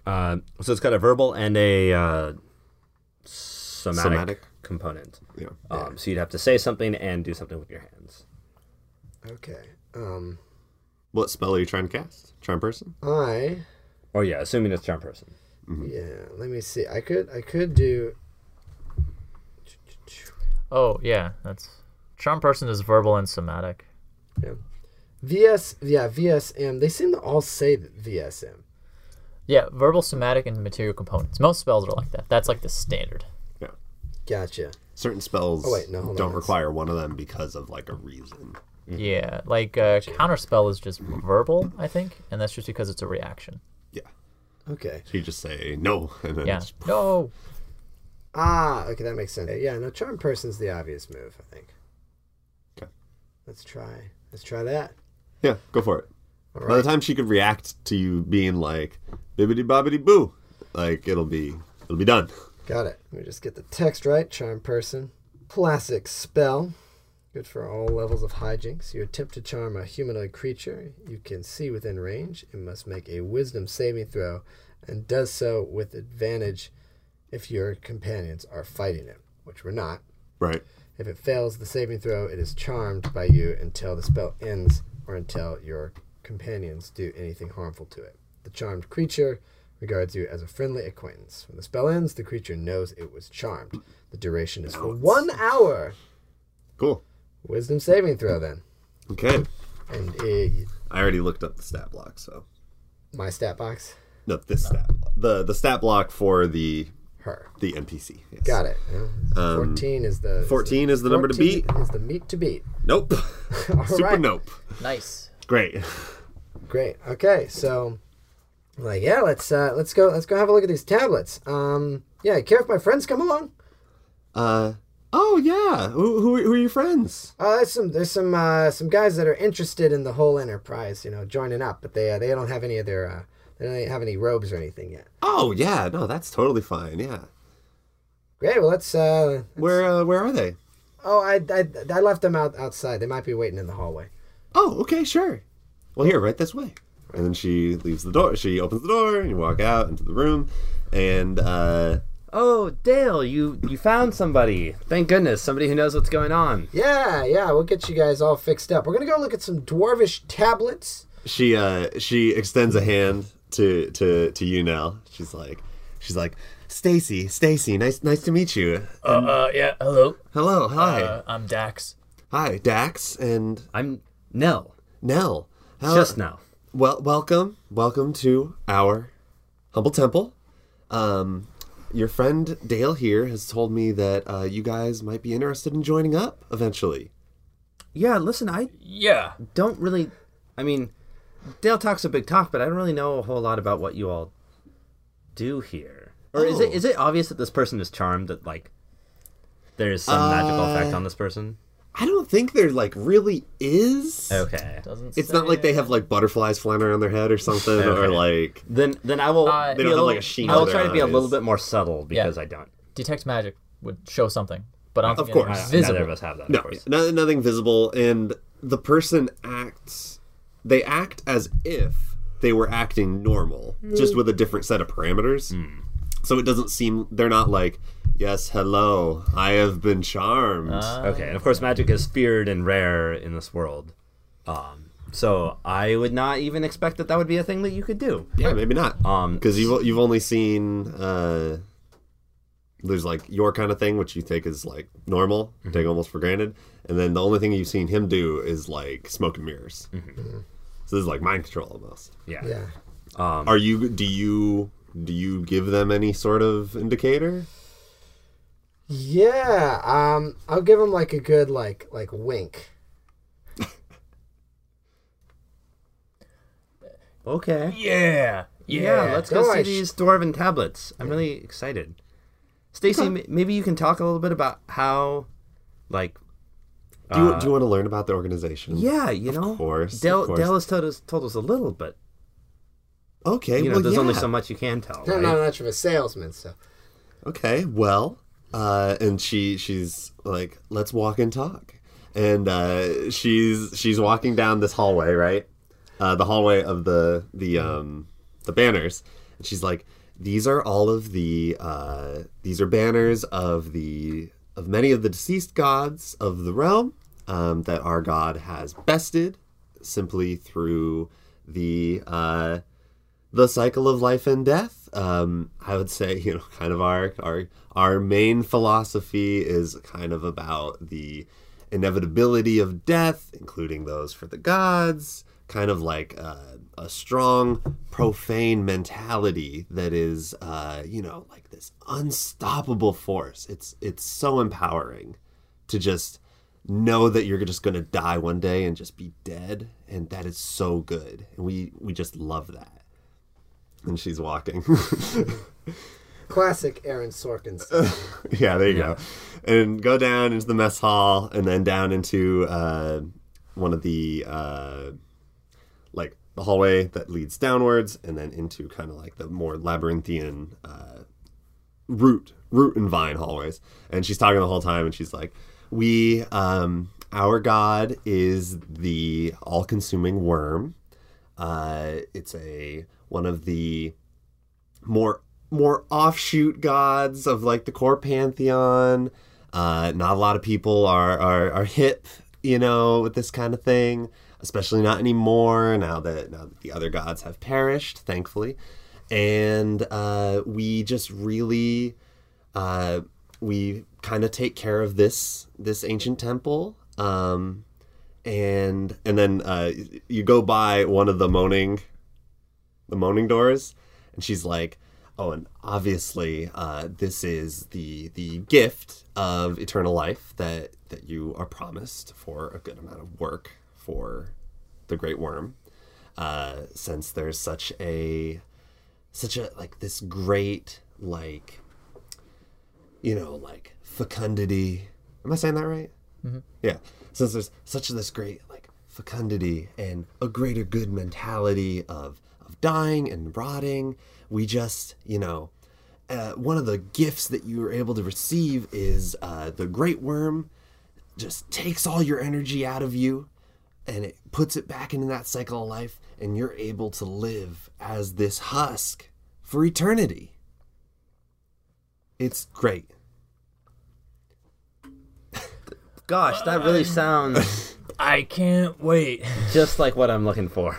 [SPEAKER 5] Uh, so it's got a verbal and a uh, somatic,
[SPEAKER 2] Somatic.
[SPEAKER 5] component.
[SPEAKER 2] Yeah.
[SPEAKER 5] Um, so you'd have to say something and do something with your hands.
[SPEAKER 3] Okay. Um,
[SPEAKER 2] What spell are you trying to cast? Charm person.
[SPEAKER 3] I
[SPEAKER 5] Or yeah, assuming it's charm person.
[SPEAKER 3] yeah. Let me see. I could I could do.
[SPEAKER 6] Oh yeah, that's charm person is verbal and somatic.
[SPEAKER 3] VS, yeah, VSM. They seem to all say that VSM.
[SPEAKER 6] Yeah, verbal, somatic, and material components. Most spells are like that. That's like the standard.
[SPEAKER 3] Gotcha.
[SPEAKER 2] certain spells
[SPEAKER 3] Oh, wait, no, hold on,
[SPEAKER 2] don't
[SPEAKER 3] that's-
[SPEAKER 2] require one of them because of like a reason.
[SPEAKER 6] Yeah, like uh, counterspell is just verbal, I think, and that's just because it's a reaction.
[SPEAKER 2] Yeah.
[SPEAKER 3] Okay.
[SPEAKER 2] So you just say no, and then
[SPEAKER 6] Yeah.
[SPEAKER 2] it's-
[SPEAKER 6] No.
[SPEAKER 3] Ah, okay, that makes sense. Yeah, no, charm person's the obvious move, I think.
[SPEAKER 2] Okay.
[SPEAKER 3] Let's try. Let's try that.
[SPEAKER 2] yeah, go for it.
[SPEAKER 3] All
[SPEAKER 2] By the
[SPEAKER 3] right.
[SPEAKER 2] time she could react to you being like bibbity bobbity boo, like it'll be it'll be done.
[SPEAKER 3] Got it. Let me just get the text right. Charm person. Classic spell. Good for all levels of hijinks. You attempt to charm a humanoid creature you can see within range. It must make a wisdom saving throw and does so with advantage if your companions are fighting it, which we're not.
[SPEAKER 2] Right.
[SPEAKER 3] If it fails the saving throw, it is charmed by you until the spell ends or until your companions do anything harmful to it. The charmed creature regards you as a friendly acquaintance. When the spell ends, the creature knows it was charmed. The duration is for one hour.
[SPEAKER 2] Cool.
[SPEAKER 3] Wisdom saving throw, then.
[SPEAKER 2] Okay.
[SPEAKER 3] And eh,
[SPEAKER 2] I already looked up the stat block, so
[SPEAKER 3] my stat box,
[SPEAKER 2] no, this stat the the stat block for the
[SPEAKER 3] her.
[SPEAKER 2] the NPC. Yes.
[SPEAKER 3] Got it. Yeah. 14 is the. is the-
[SPEAKER 2] 14 Um, is the number to
[SPEAKER 3] 14
[SPEAKER 2] beat.
[SPEAKER 3] Is the meat to beat.
[SPEAKER 2] Nope.
[SPEAKER 3] All
[SPEAKER 2] Super
[SPEAKER 3] right.
[SPEAKER 2] nope.
[SPEAKER 6] Nice.
[SPEAKER 2] Great.
[SPEAKER 3] Great. Okay, so I'm like yeah, let's uh, let's go let's go have a look at these tablets. Um, yeah, care if my friends come along?
[SPEAKER 2] Uh, oh yeah, who, who, are- who are your friends?
[SPEAKER 3] Uh, there's some there's some uh, some guys that are interested in the whole enterprise, you know, joining up, but they uh, they don't have any of their uh, they don't have any robes or anything yet.
[SPEAKER 2] Oh yeah, no, that's totally fine. Yeah,
[SPEAKER 3] Great. Well, let's. Uh,
[SPEAKER 2] where uh, where are they?
[SPEAKER 3] oh, I, I I left them out outside. They might be waiting in the hallway.
[SPEAKER 2] Oh, okay, sure. Well, here, right this way. And then she leaves the door. She opens the door, and you walk out into the room. And uh,
[SPEAKER 5] Oh, Dale, you you found somebody. Thank goodness, somebody who knows what's going on.
[SPEAKER 3] Yeah, yeah. We'll get you guys all fixed up. We're gonna go look at some dwarvish tablets.
[SPEAKER 2] she uh, she extends a hand to to to you now. She's like, she's like, Stacy, Stacy, nice nice to meet you.
[SPEAKER 6] Uh, uh, yeah. Hello.
[SPEAKER 2] Hello, hi,
[SPEAKER 6] Uh, I'm Dax.
[SPEAKER 2] hi, Dax and
[SPEAKER 5] I'm Nell.
[SPEAKER 2] Nell. How-
[SPEAKER 5] Just now.
[SPEAKER 2] Well, welcome, welcome to our humble temple. Um, your friend Dale here has told me that uh, you guys might be interested in joining up eventually.
[SPEAKER 5] Yeah, listen, I
[SPEAKER 6] Yeah.
[SPEAKER 5] don't really. I mean, Dale talks a big talk, but I don't really know a whole lot about what you all do here. Or is it
[SPEAKER 2] Oh.
[SPEAKER 5] is it obvious that this person is charmed that like there is some magical
[SPEAKER 2] Uh,
[SPEAKER 5] effect on this person?
[SPEAKER 2] I don't think there like really is.
[SPEAKER 5] Okay.
[SPEAKER 6] Doesn't
[SPEAKER 2] It's not like they have like butterflies flying around their head or something, or like
[SPEAKER 5] Then then I will.
[SPEAKER 6] Uh,
[SPEAKER 5] be
[SPEAKER 6] They don't
[SPEAKER 2] have,
[SPEAKER 5] a little-
[SPEAKER 2] like, a sheen
[SPEAKER 5] I will
[SPEAKER 2] on
[SPEAKER 5] try
[SPEAKER 2] their
[SPEAKER 5] to be a little
[SPEAKER 2] eyes.
[SPEAKER 5] bit more subtle because I don't.
[SPEAKER 6] detect magic would show something, but I don't
[SPEAKER 2] Of
[SPEAKER 6] think anything
[SPEAKER 2] course.
[SPEAKER 5] Visible.
[SPEAKER 6] visible.
[SPEAKER 5] Neither of us have that.
[SPEAKER 2] no,
[SPEAKER 5] Of course.
[SPEAKER 2] no, nothing visible, and the person acts. They act as if they were acting normal, just with a different set of parameters.
[SPEAKER 5] Hmm.
[SPEAKER 2] So it doesn't seem they're not like, yes, hello, I have been charmed.
[SPEAKER 6] Uh,
[SPEAKER 5] Okay, and of course, magic is feared and rare in this world. Um, so I would not even expect that that would be a thing that you could do.
[SPEAKER 2] yeah, maybe not,
[SPEAKER 5] Um,
[SPEAKER 2] because you've you've only seen uh, there's like your kind of thing, which you think is like normal,
[SPEAKER 5] Mm-hmm.
[SPEAKER 2] take almost for granted, and then the only thing you've seen him do is like smoke and mirrors.
[SPEAKER 5] Mm-hmm.
[SPEAKER 2] So this is like mind control almost.
[SPEAKER 5] Yeah. Um,
[SPEAKER 3] Yeah.
[SPEAKER 2] Are you? Do you? Do you give them any sort of indicator?
[SPEAKER 3] Yeah. Um, I'll give them like a good like like wink.
[SPEAKER 5] Okay.
[SPEAKER 6] Yeah.
[SPEAKER 5] Yeah, let's go
[SPEAKER 3] Gosh.
[SPEAKER 5] see these dwarven tablets. I'm really excited. Stacy, m- maybe you can talk a little bit about how, like,
[SPEAKER 2] Do you, do you want to learn about the organization?
[SPEAKER 5] Uh, yeah, you know,
[SPEAKER 2] course, of
[SPEAKER 5] Dale
[SPEAKER 2] course.
[SPEAKER 5] Dale has told us told us a little, but
[SPEAKER 2] Okay.
[SPEAKER 5] you know,
[SPEAKER 2] well,
[SPEAKER 5] there's only
[SPEAKER 2] yeah.
[SPEAKER 5] so much you can tell.
[SPEAKER 3] I'm
[SPEAKER 5] right?
[SPEAKER 3] not much of a salesman, so
[SPEAKER 2] Okay. Well, uh, and she she's like, let's walk and talk, and uh, she's she's walking down this hallway, right? Uh, the hallway of the the um the banners, and she's like, these are all of the uh, these are banners of the of many of the deceased gods of the realm um, that our god has bested simply through the uh, the cycle of life and death. Um, I would say, you know, kind of our our our main philosophy is kind of about the inevitability of death, including those for the gods. Kind of like uh, a strong profane mentality that is, uh, you know, like this unstoppable force. It's it's so empowering to just know that you're just going to die one day and just be dead and that is so good and we we just love that and she's walking.
[SPEAKER 3] classic Aaron Sorkin.
[SPEAKER 5] Uh.
[SPEAKER 3] stuff.
[SPEAKER 2] yeah, there you go. And go down into the mess hall, and then down into uh, one of the uh, like the hallway that leads downwards, and then into kind of like the more labyrinthian uh, root root and vine hallways. And she's talking the whole time, and she's like, "We, um, our god is the all-consuming worm. Uh, it's a one of the." more more offshoot gods of like the core pantheon. Uh, not a lot of people are, are are hip, you know, with this kind of thing, especially not anymore. Now that now that the other gods have perished, thankfully, and uh, we just really uh, we kind of take care of this this ancient temple. Um, and and then uh, you go by one of the moaning the moaning doors and she's like oh and obviously uh, this is the the gift of eternal life that that you are promised for a good amount of work for the great worm uh, since there's such a such a like this great like you know, like fecundity. Am I saying that right? Yeah. Since there's such this great like fecundity and a greater good mentality of of dying and rotting, we just you know. Uh, one of the gifts that you were able to receive is uh, the great worm just takes all your energy out of you and it puts it back into that cycle of life and you're able to live as this husk for eternity it's great
[SPEAKER 5] Gosh, that really sounds
[SPEAKER 6] I can't wait.
[SPEAKER 5] just like what I'm looking for.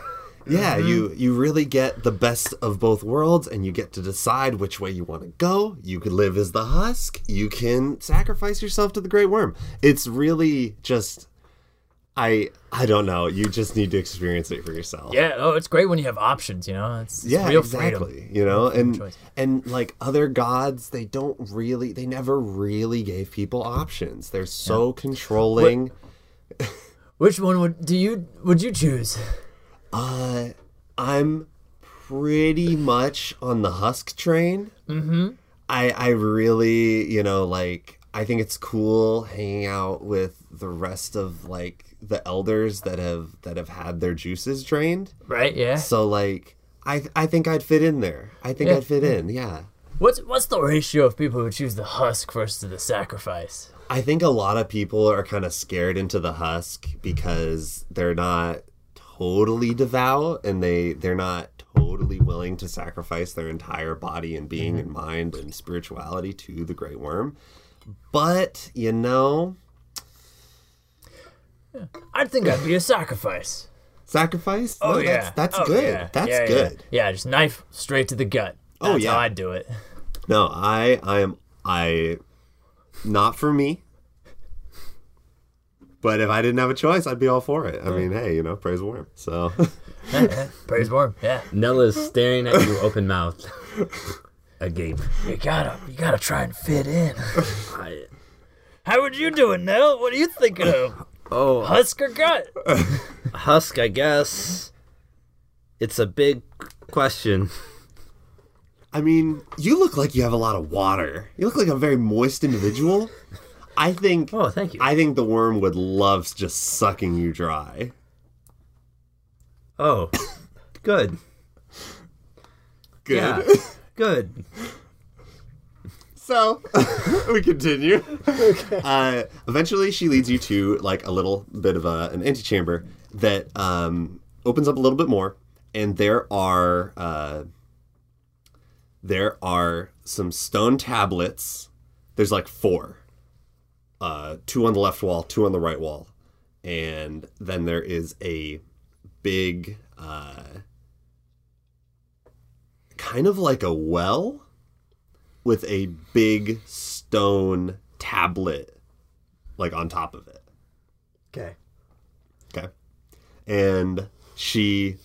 [SPEAKER 2] yeah
[SPEAKER 6] Mm-hmm.
[SPEAKER 2] you you really get the best of both worlds and you get to decide which way you want to go you could live as the husk you can sacrifice yourself to the great worm it's really just i i don't know you just need to experience it for yourself
[SPEAKER 6] Yeah. Oh, it's great when you have options. You know, it's, it's
[SPEAKER 2] yeah
[SPEAKER 6] real
[SPEAKER 2] exactly
[SPEAKER 6] freedom.
[SPEAKER 2] you know and
[SPEAKER 6] choice.
[SPEAKER 2] and like other gods they don't really they never really gave people options they're so controlling
[SPEAKER 6] Which one would do you would you choose?
[SPEAKER 2] uh i'm pretty much on the husk train mm-hmm i i really you know like i think it's cool hanging out with the rest of like the elders that have that have had their juices drained
[SPEAKER 6] Right. Yeah.
[SPEAKER 2] so like i i think i'd fit in there i think
[SPEAKER 6] Yeah.
[SPEAKER 2] i'd fit in yeah
[SPEAKER 6] What's what's the ratio of people who choose the husk versus the sacrifice?
[SPEAKER 2] I think a lot of people are kind of scared into the husk because they're not totally devout and they they're not totally willing to sacrifice their entire body and
[SPEAKER 6] Mm-hmm.
[SPEAKER 2] being and mind and spirituality to the great worm. But, you know,
[SPEAKER 6] I think I'd be a sacrifice.
[SPEAKER 2] sacrifice?
[SPEAKER 6] Oh
[SPEAKER 2] no,
[SPEAKER 6] yeah,
[SPEAKER 2] that's that's
[SPEAKER 6] Oh,
[SPEAKER 2] good.
[SPEAKER 6] yeah.
[SPEAKER 2] That's
[SPEAKER 6] Yeah, yeah.
[SPEAKER 2] good.
[SPEAKER 6] Yeah. just knife straight to the gut.
[SPEAKER 2] Oh,
[SPEAKER 6] That's
[SPEAKER 2] yeah.
[SPEAKER 6] how I'd do it.
[SPEAKER 2] No, I I am I not for me. But if I didn't have a choice, I'd be all for it. I mean, hey, you know, praise the worm. So
[SPEAKER 6] Praise warm. Yeah,
[SPEAKER 5] Nella's staring at you open mouthed, agape.
[SPEAKER 6] you gotta you gotta try and fit in.
[SPEAKER 5] I,
[SPEAKER 6] How would you do it, Nell? What are you thinking of?
[SPEAKER 5] oh,
[SPEAKER 6] Husk or gut?
[SPEAKER 5] husk, I guess. It's a big question.
[SPEAKER 2] I mean, you look like you have a lot of water. You look like a very moist individual. I think
[SPEAKER 5] Oh, thank you.
[SPEAKER 2] I think the worm would love just sucking you dry.
[SPEAKER 5] oh, good.
[SPEAKER 2] Good.
[SPEAKER 5] Yeah, good.
[SPEAKER 2] So we continue. Uh, eventually, she leads you to like a little bit of a, an antechamber that um, opens up a little bit more, and there are uh, there are some stone tablets. There's like four, uh, two on the left wall, two on the right wall, and then there is a big, uh, kind of like a well with a big stone tablet like on top of it.
[SPEAKER 3] Okay.
[SPEAKER 2] Okay. And she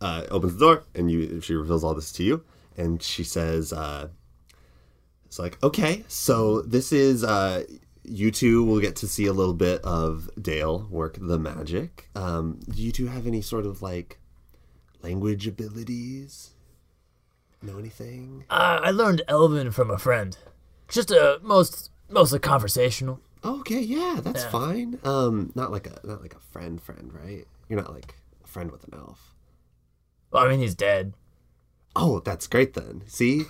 [SPEAKER 2] uh, opens the door and you she reveals all this to you and she says uh, it's like okay so this is uh, you two will get to see a little bit of Dale work the magic. Um, do you two have any sort of like language abilities? Know anything?
[SPEAKER 6] Uh, I learned Elven from a friend. Just a most mostly conversational.
[SPEAKER 2] Okay, yeah, that's fine. Um, not like a not like a friend friend, right? You're not like a friend with an elf.
[SPEAKER 6] Well, I mean, he's dead.
[SPEAKER 2] Oh, that's great then. See,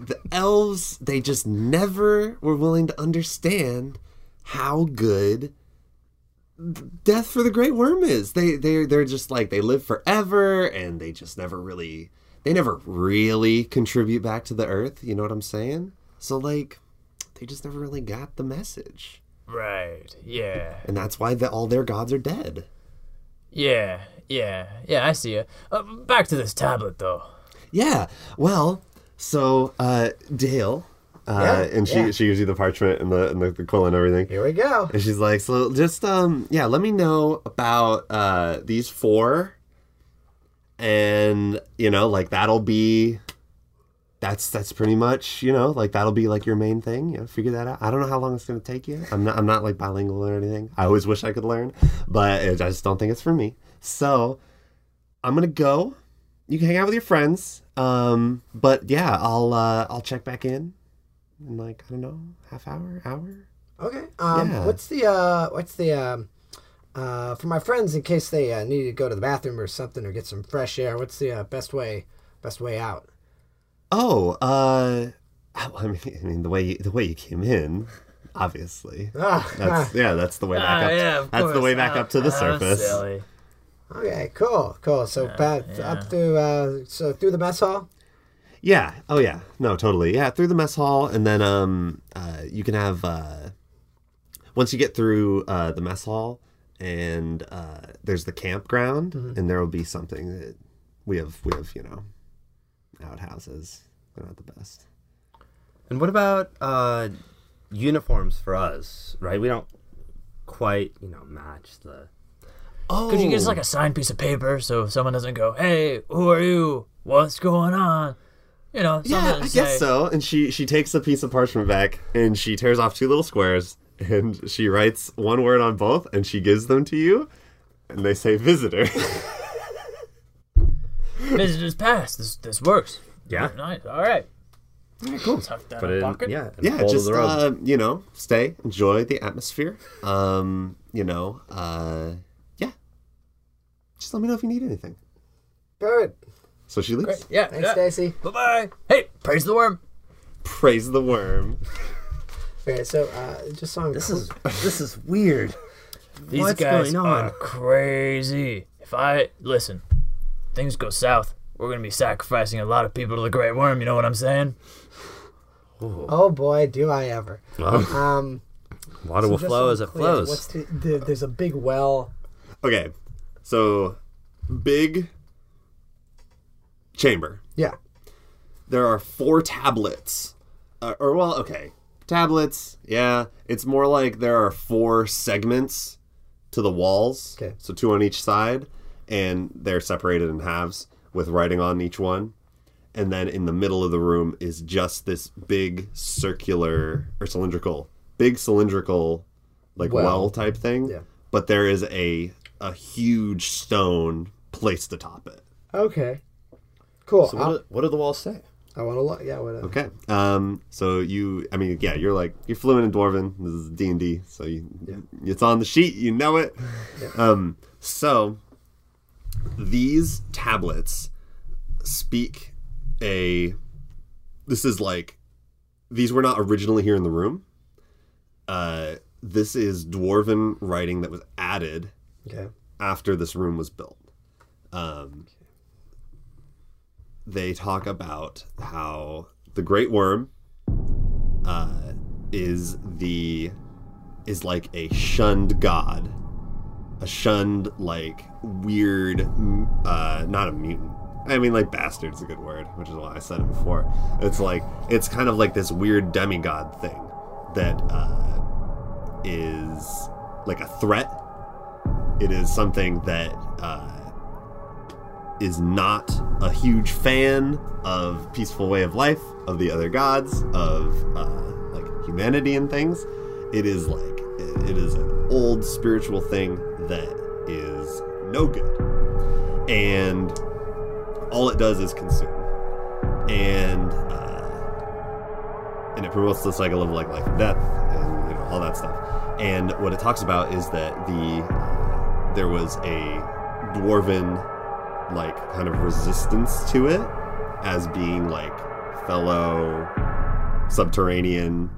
[SPEAKER 2] the elves they just never were willing to understand how good death for the great worm is. They they they're just like they live forever and they just never really they never really contribute back to the earth. You know what I'm saying? So like, they just never really got the message,
[SPEAKER 6] Right. Yeah.
[SPEAKER 2] and that's why the, all their gods are dead.
[SPEAKER 6] Yeah. Yeah. Yeah. I see you. Uh, back to this tablet, though.
[SPEAKER 2] Yeah. Well, so uh, Dale, uh,
[SPEAKER 3] Yeah,
[SPEAKER 2] and she
[SPEAKER 3] yeah.
[SPEAKER 2] she gives you the parchment and the and the, the quill and everything,
[SPEAKER 3] Here we go.
[SPEAKER 2] and she's like, so just um yeah, let me know about uh these four, and you know like that'll be. That's that's pretty much you know like that'll be like your main thing you know figure that out I don't know how long it's gonna take you I'm not I'm not like bilingual or anything I always wish I could learn but it, I just don't think it's for me so I'm gonna go you can hang out with your friends. Um, but yeah, I'll uh, I'll check back in in like I don't know, half hour, hour.
[SPEAKER 3] Okay. Um,
[SPEAKER 2] Yeah.
[SPEAKER 3] What's the uh, what's the um, uh, for my friends in case they uh, need to go to the bathroom or something or get some fresh air? What's the uh, best way best way out?
[SPEAKER 2] Oh, uh, I mean, I mean the way you, the way you came in, obviously.
[SPEAKER 3] Ah,
[SPEAKER 2] That's yeah, that's the way back
[SPEAKER 6] Ah,
[SPEAKER 2] up.
[SPEAKER 6] yeah, of
[SPEAKER 2] that's the
[SPEAKER 6] course.
[SPEAKER 2] way back
[SPEAKER 6] Ah,
[SPEAKER 2] up to the
[SPEAKER 6] ah,
[SPEAKER 2] surface.
[SPEAKER 6] silly.
[SPEAKER 3] okay, cool, cool. So back up through uh, so through the mess hall.
[SPEAKER 2] Yeah. Oh yeah. No, totally. Yeah, through the mess hall, and then um, uh, you can have uh, once you get through uh, the mess hall, and uh, there's the campground,
[SPEAKER 6] Mm-hmm.
[SPEAKER 2] and there will be something that we have. We have you know, outhouses. They're not the best.
[SPEAKER 5] And what about uh, uniforms for us? Right, we don't quite you know match the.
[SPEAKER 2] Oh,
[SPEAKER 6] Could you get us like a signed piece of paper so if someone doesn't go, "Hey, who are you? What's going on?" You know,
[SPEAKER 2] Yeah,
[SPEAKER 6] something
[SPEAKER 2] I
[SPEAKER 6] to
[SPEAKER 2] guess
[SPEAKER 6] say.
[SPEAKER 2] so. And she she takes a piece of parchment back and she tears off two little squares and she writes one word on both and she gives them to you, and they say visitor.
[SPEAKER 6] Visitors pass. This this works.
[SPEAKER 5] Oh, Yeah.
[SPEAKER 6] Nice. All right. Cool. Tuck that
[SPEAKER 5] Put it
[SPEAKER 6] in a
[SPEAKER 5] in,
[SPEAKER 6] pocket.
[SPEAKER 5] yeah, in
[SPEAKER 2] yeah
[SPEAKER 5] fold of
[SPEAKER 2] just
[SPEAKER 5] the robe.
[SPEAKER 2] uh, you know stay enjoy the atmosphere um you know uh yeah just let me know if you need anything
[SPEAKER 3] Good.
[SPEAKER 2] so she leaves
[SPEAKER 6] Yeah.
[SPEAKER 3] Thanks, Stacy.
[SPEAKER 6] Bye bye. Hey, praise the worm.
[SPEAKER 2] praise the worm
[SPEAKER 3] Okay, so uh, just so I'm
[SPEAKER 5] This is this is weird.
[SPEAKER 6] These
[SPEAKER 5] What's
[SPEAKER 6] guys
[SPEAKER 5] going on?
[SPEAKER 6] are crazy. If I listen, things go south. We're gonna be sacrificing a lot of people to the great worm. You know what I'm saying?
[SPEAKER 3] oh boy, do I ever.
[SPEAKER 5] Well,
[SPEAKER 3] Um,
[SPEAKER 5] water will
[SPEAKER 3] just
[SPEAKER 5] flow
[SPEAKER 3] so
[SPEAKER 5] as it
[SPEAKER 3] clear,
[SPEAKER 5] flows.
[SPEAKER 3] What's the, the, there's a big well.
[SPEAKER 2] okay so big chamber
[SPEAKER 3] Yeah.
[SPEAKER 2] there are four tablets uh, or well okay tablets yeah it's more like there are four segments to the walls
[SPEAKER 3] Okay.
[SPEAKER 2] so two on each side and they're separated in halves with writing on each one and then in the middle of the room is just this big circular or cylindrical big cylindrical like well,
[SPEAKER 3] Well.
[SPEAKER 2] type thing
[SPEAKER 3] Yeah.
[SPEAKER 2] but there is a a huge stone placed atop it
[SPEAKER 3] Okay. Cool.
[SPEAKER 5] so
[SPEAKER 3] I'll-
[SPEAKER 5] what, do, what do the walls say?
[SPEAKER 3] I want to look. Yeah. What? Okay.
[SPEAKER 2] Okay. Um. So you, I mean, yeah, you're like you're fluent in Dwarven. This is D and D, so you, it's on the sheet. You know it. Um. So these tablets speak a. This is like, these were not originally here in the room. Uh, this is Dwarven writing that was added
[SPEAKER 3] Okay.
[SPEAKER 2] after this room was built. Um, they talk about how the great worm uh, is the is like a shunned god, a shunned like weird, m- uh, not a mutant. I mean, like bastard's a good word, which is why I said it before. It's like it's kind of like this weird demigod thing that uh, is like a threat it is something that uh, is not a huge fan of peaceful way of life of the other gods of uh, like humanity and things it is like it- it is an old spiritual thing that is no good and all it does is consume and uh, and it promotes the cycle of like life and death and you know, all that stuff and what it talks about is that the uh, there was a dwarven like kind of resistance to it as being like fellow subterranean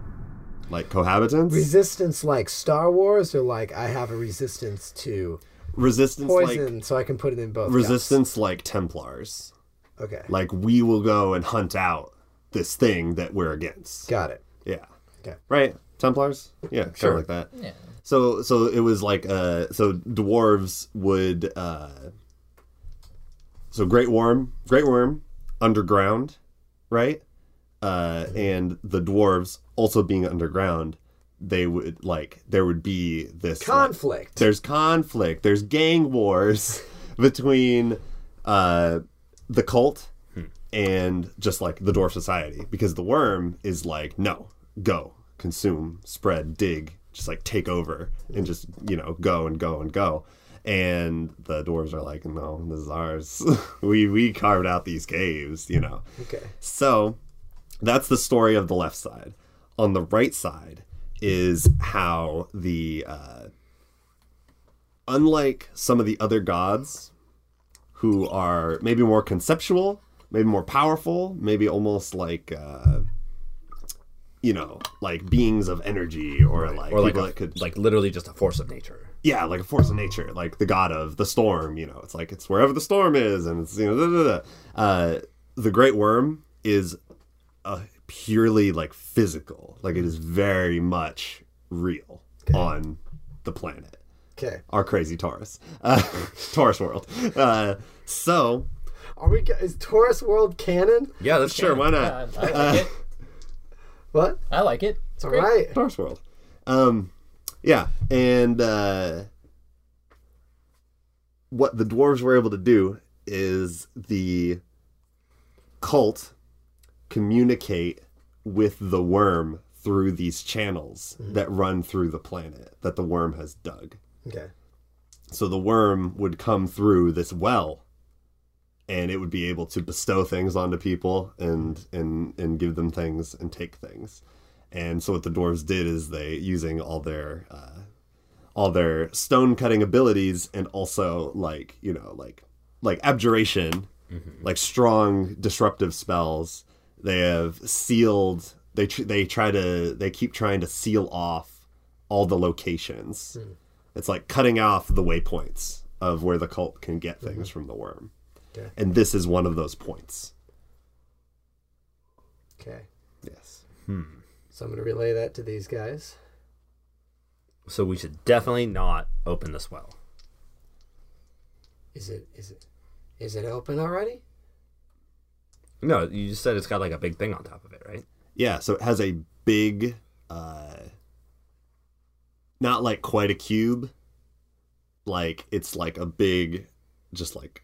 [SPEAKER 2] like cohabitants
[SPEAKER 3] Resistance like Star Wars, or like I have a resistance to
[SPEAKER 2] resistance
[SPEAKER 3] poison,
[SPEAKER 2] like
[SPEAKER 3] so I can put it in both. cups?
[SPEAKER 2] resistance like templars
[SPEAKER 3] Okay.
[SPEAKER 2] like we will go and hunt out this thing that we're against
[SPEAKER 3] Got it.
[SPEAKER 2] yeah
[SPEAKER 3] Okay.
[SPEAKER 2] right templars yeah sure like that yeah so so it was like uh so dwarves would uh so great worm great worm underground right uh and the dwarves also being underground they would like there would be this like,
[SPEAKER 3] Conflict.
[SPEAKER 2] there's conflict there's gang wars between uh the cult
[SPEAKER 3] Hmm.
[SPEAKER 2] and just like the dwarf society because the worm is like no go consume spread dig just like take over and just you know go and go and go and the dwarves are like no this is ours we we carved out these caves you know
[SPEAKER 3] Okay.
[SPEAKER 2] so that's the story of the left side. on the right side is how the uh, unlike some of the other gods who are maybe more conceptual, maybe more powerful, maybe almost like uh, you know, like beings of energy or like
[SPEAKER 5] or like
[SPEAKER 2] people
[SPEAKER 5] a,
[SPEAKER 2] that could
[SPEAKER 5] like literally just a force of nature.
[SPEAKER 2] yeah, like a force of nature, like the god of the storm. You know, it's like it's wherever the storm is, and it's you know, da, da, da. Uh, the great worm is a purely like physical, like it is very much real on the planet
[SPEAKER 3] Okay.
[SPEAKER 2] our crazy Taurus, uh, Taurus world. Uh, so
[SPEAKER 3] Are we? go- Is Taurus World canon?
[SPEAKER 5] Yeah, that's
[SPEAKER 2] sure, why not? Uh,
[SPEAKER 4] I, I like it.
[SPEAKER 3] What?
[SPEAKER 4] I like it. It's
[SPEAKER 3] All
[SPEAKER 4] great.
[SPEAKER 3] right.
[SPEAKER 2] Taurus world. Um, yeah, and uh, what the dwarves were able to do is the cult communicate with the worm through these channels that run through the planet that the worm has dug.
[SPEAKER 3] Okay.
[SPEAKER 2] So the worm would come through this well and it would be able to bestow things onto people and and and give them things and take things. And so what the dwarves did is they using all their uh, all their stone cutting abilities and also like, you know, like like abjuration, like strong disruptive spells, they have sealed they tr- they try to they keep trying to seal off all the locations it's like cutting off the waypoints of where the cult can get things from the worm.
[SPEAKER 3] Okay.
[SPEAKER 2] And this is one of those points.
[SPEAKER 3] Okay.
[SPEAKER 2] Yes.
[SPEAKER 3] So I'm gonna relay that to these guys.
[SPEAKER 5] So we should definitely not open this well.
[SPEAKER 3] Is it? Is it? Is it open already?
[SPEAKER 5] No, you just said it's got like a big thing on top of it, right?
[SPEAKER 2] Yeah, so it has a big uh not like quite a cube. Like it's like a big just like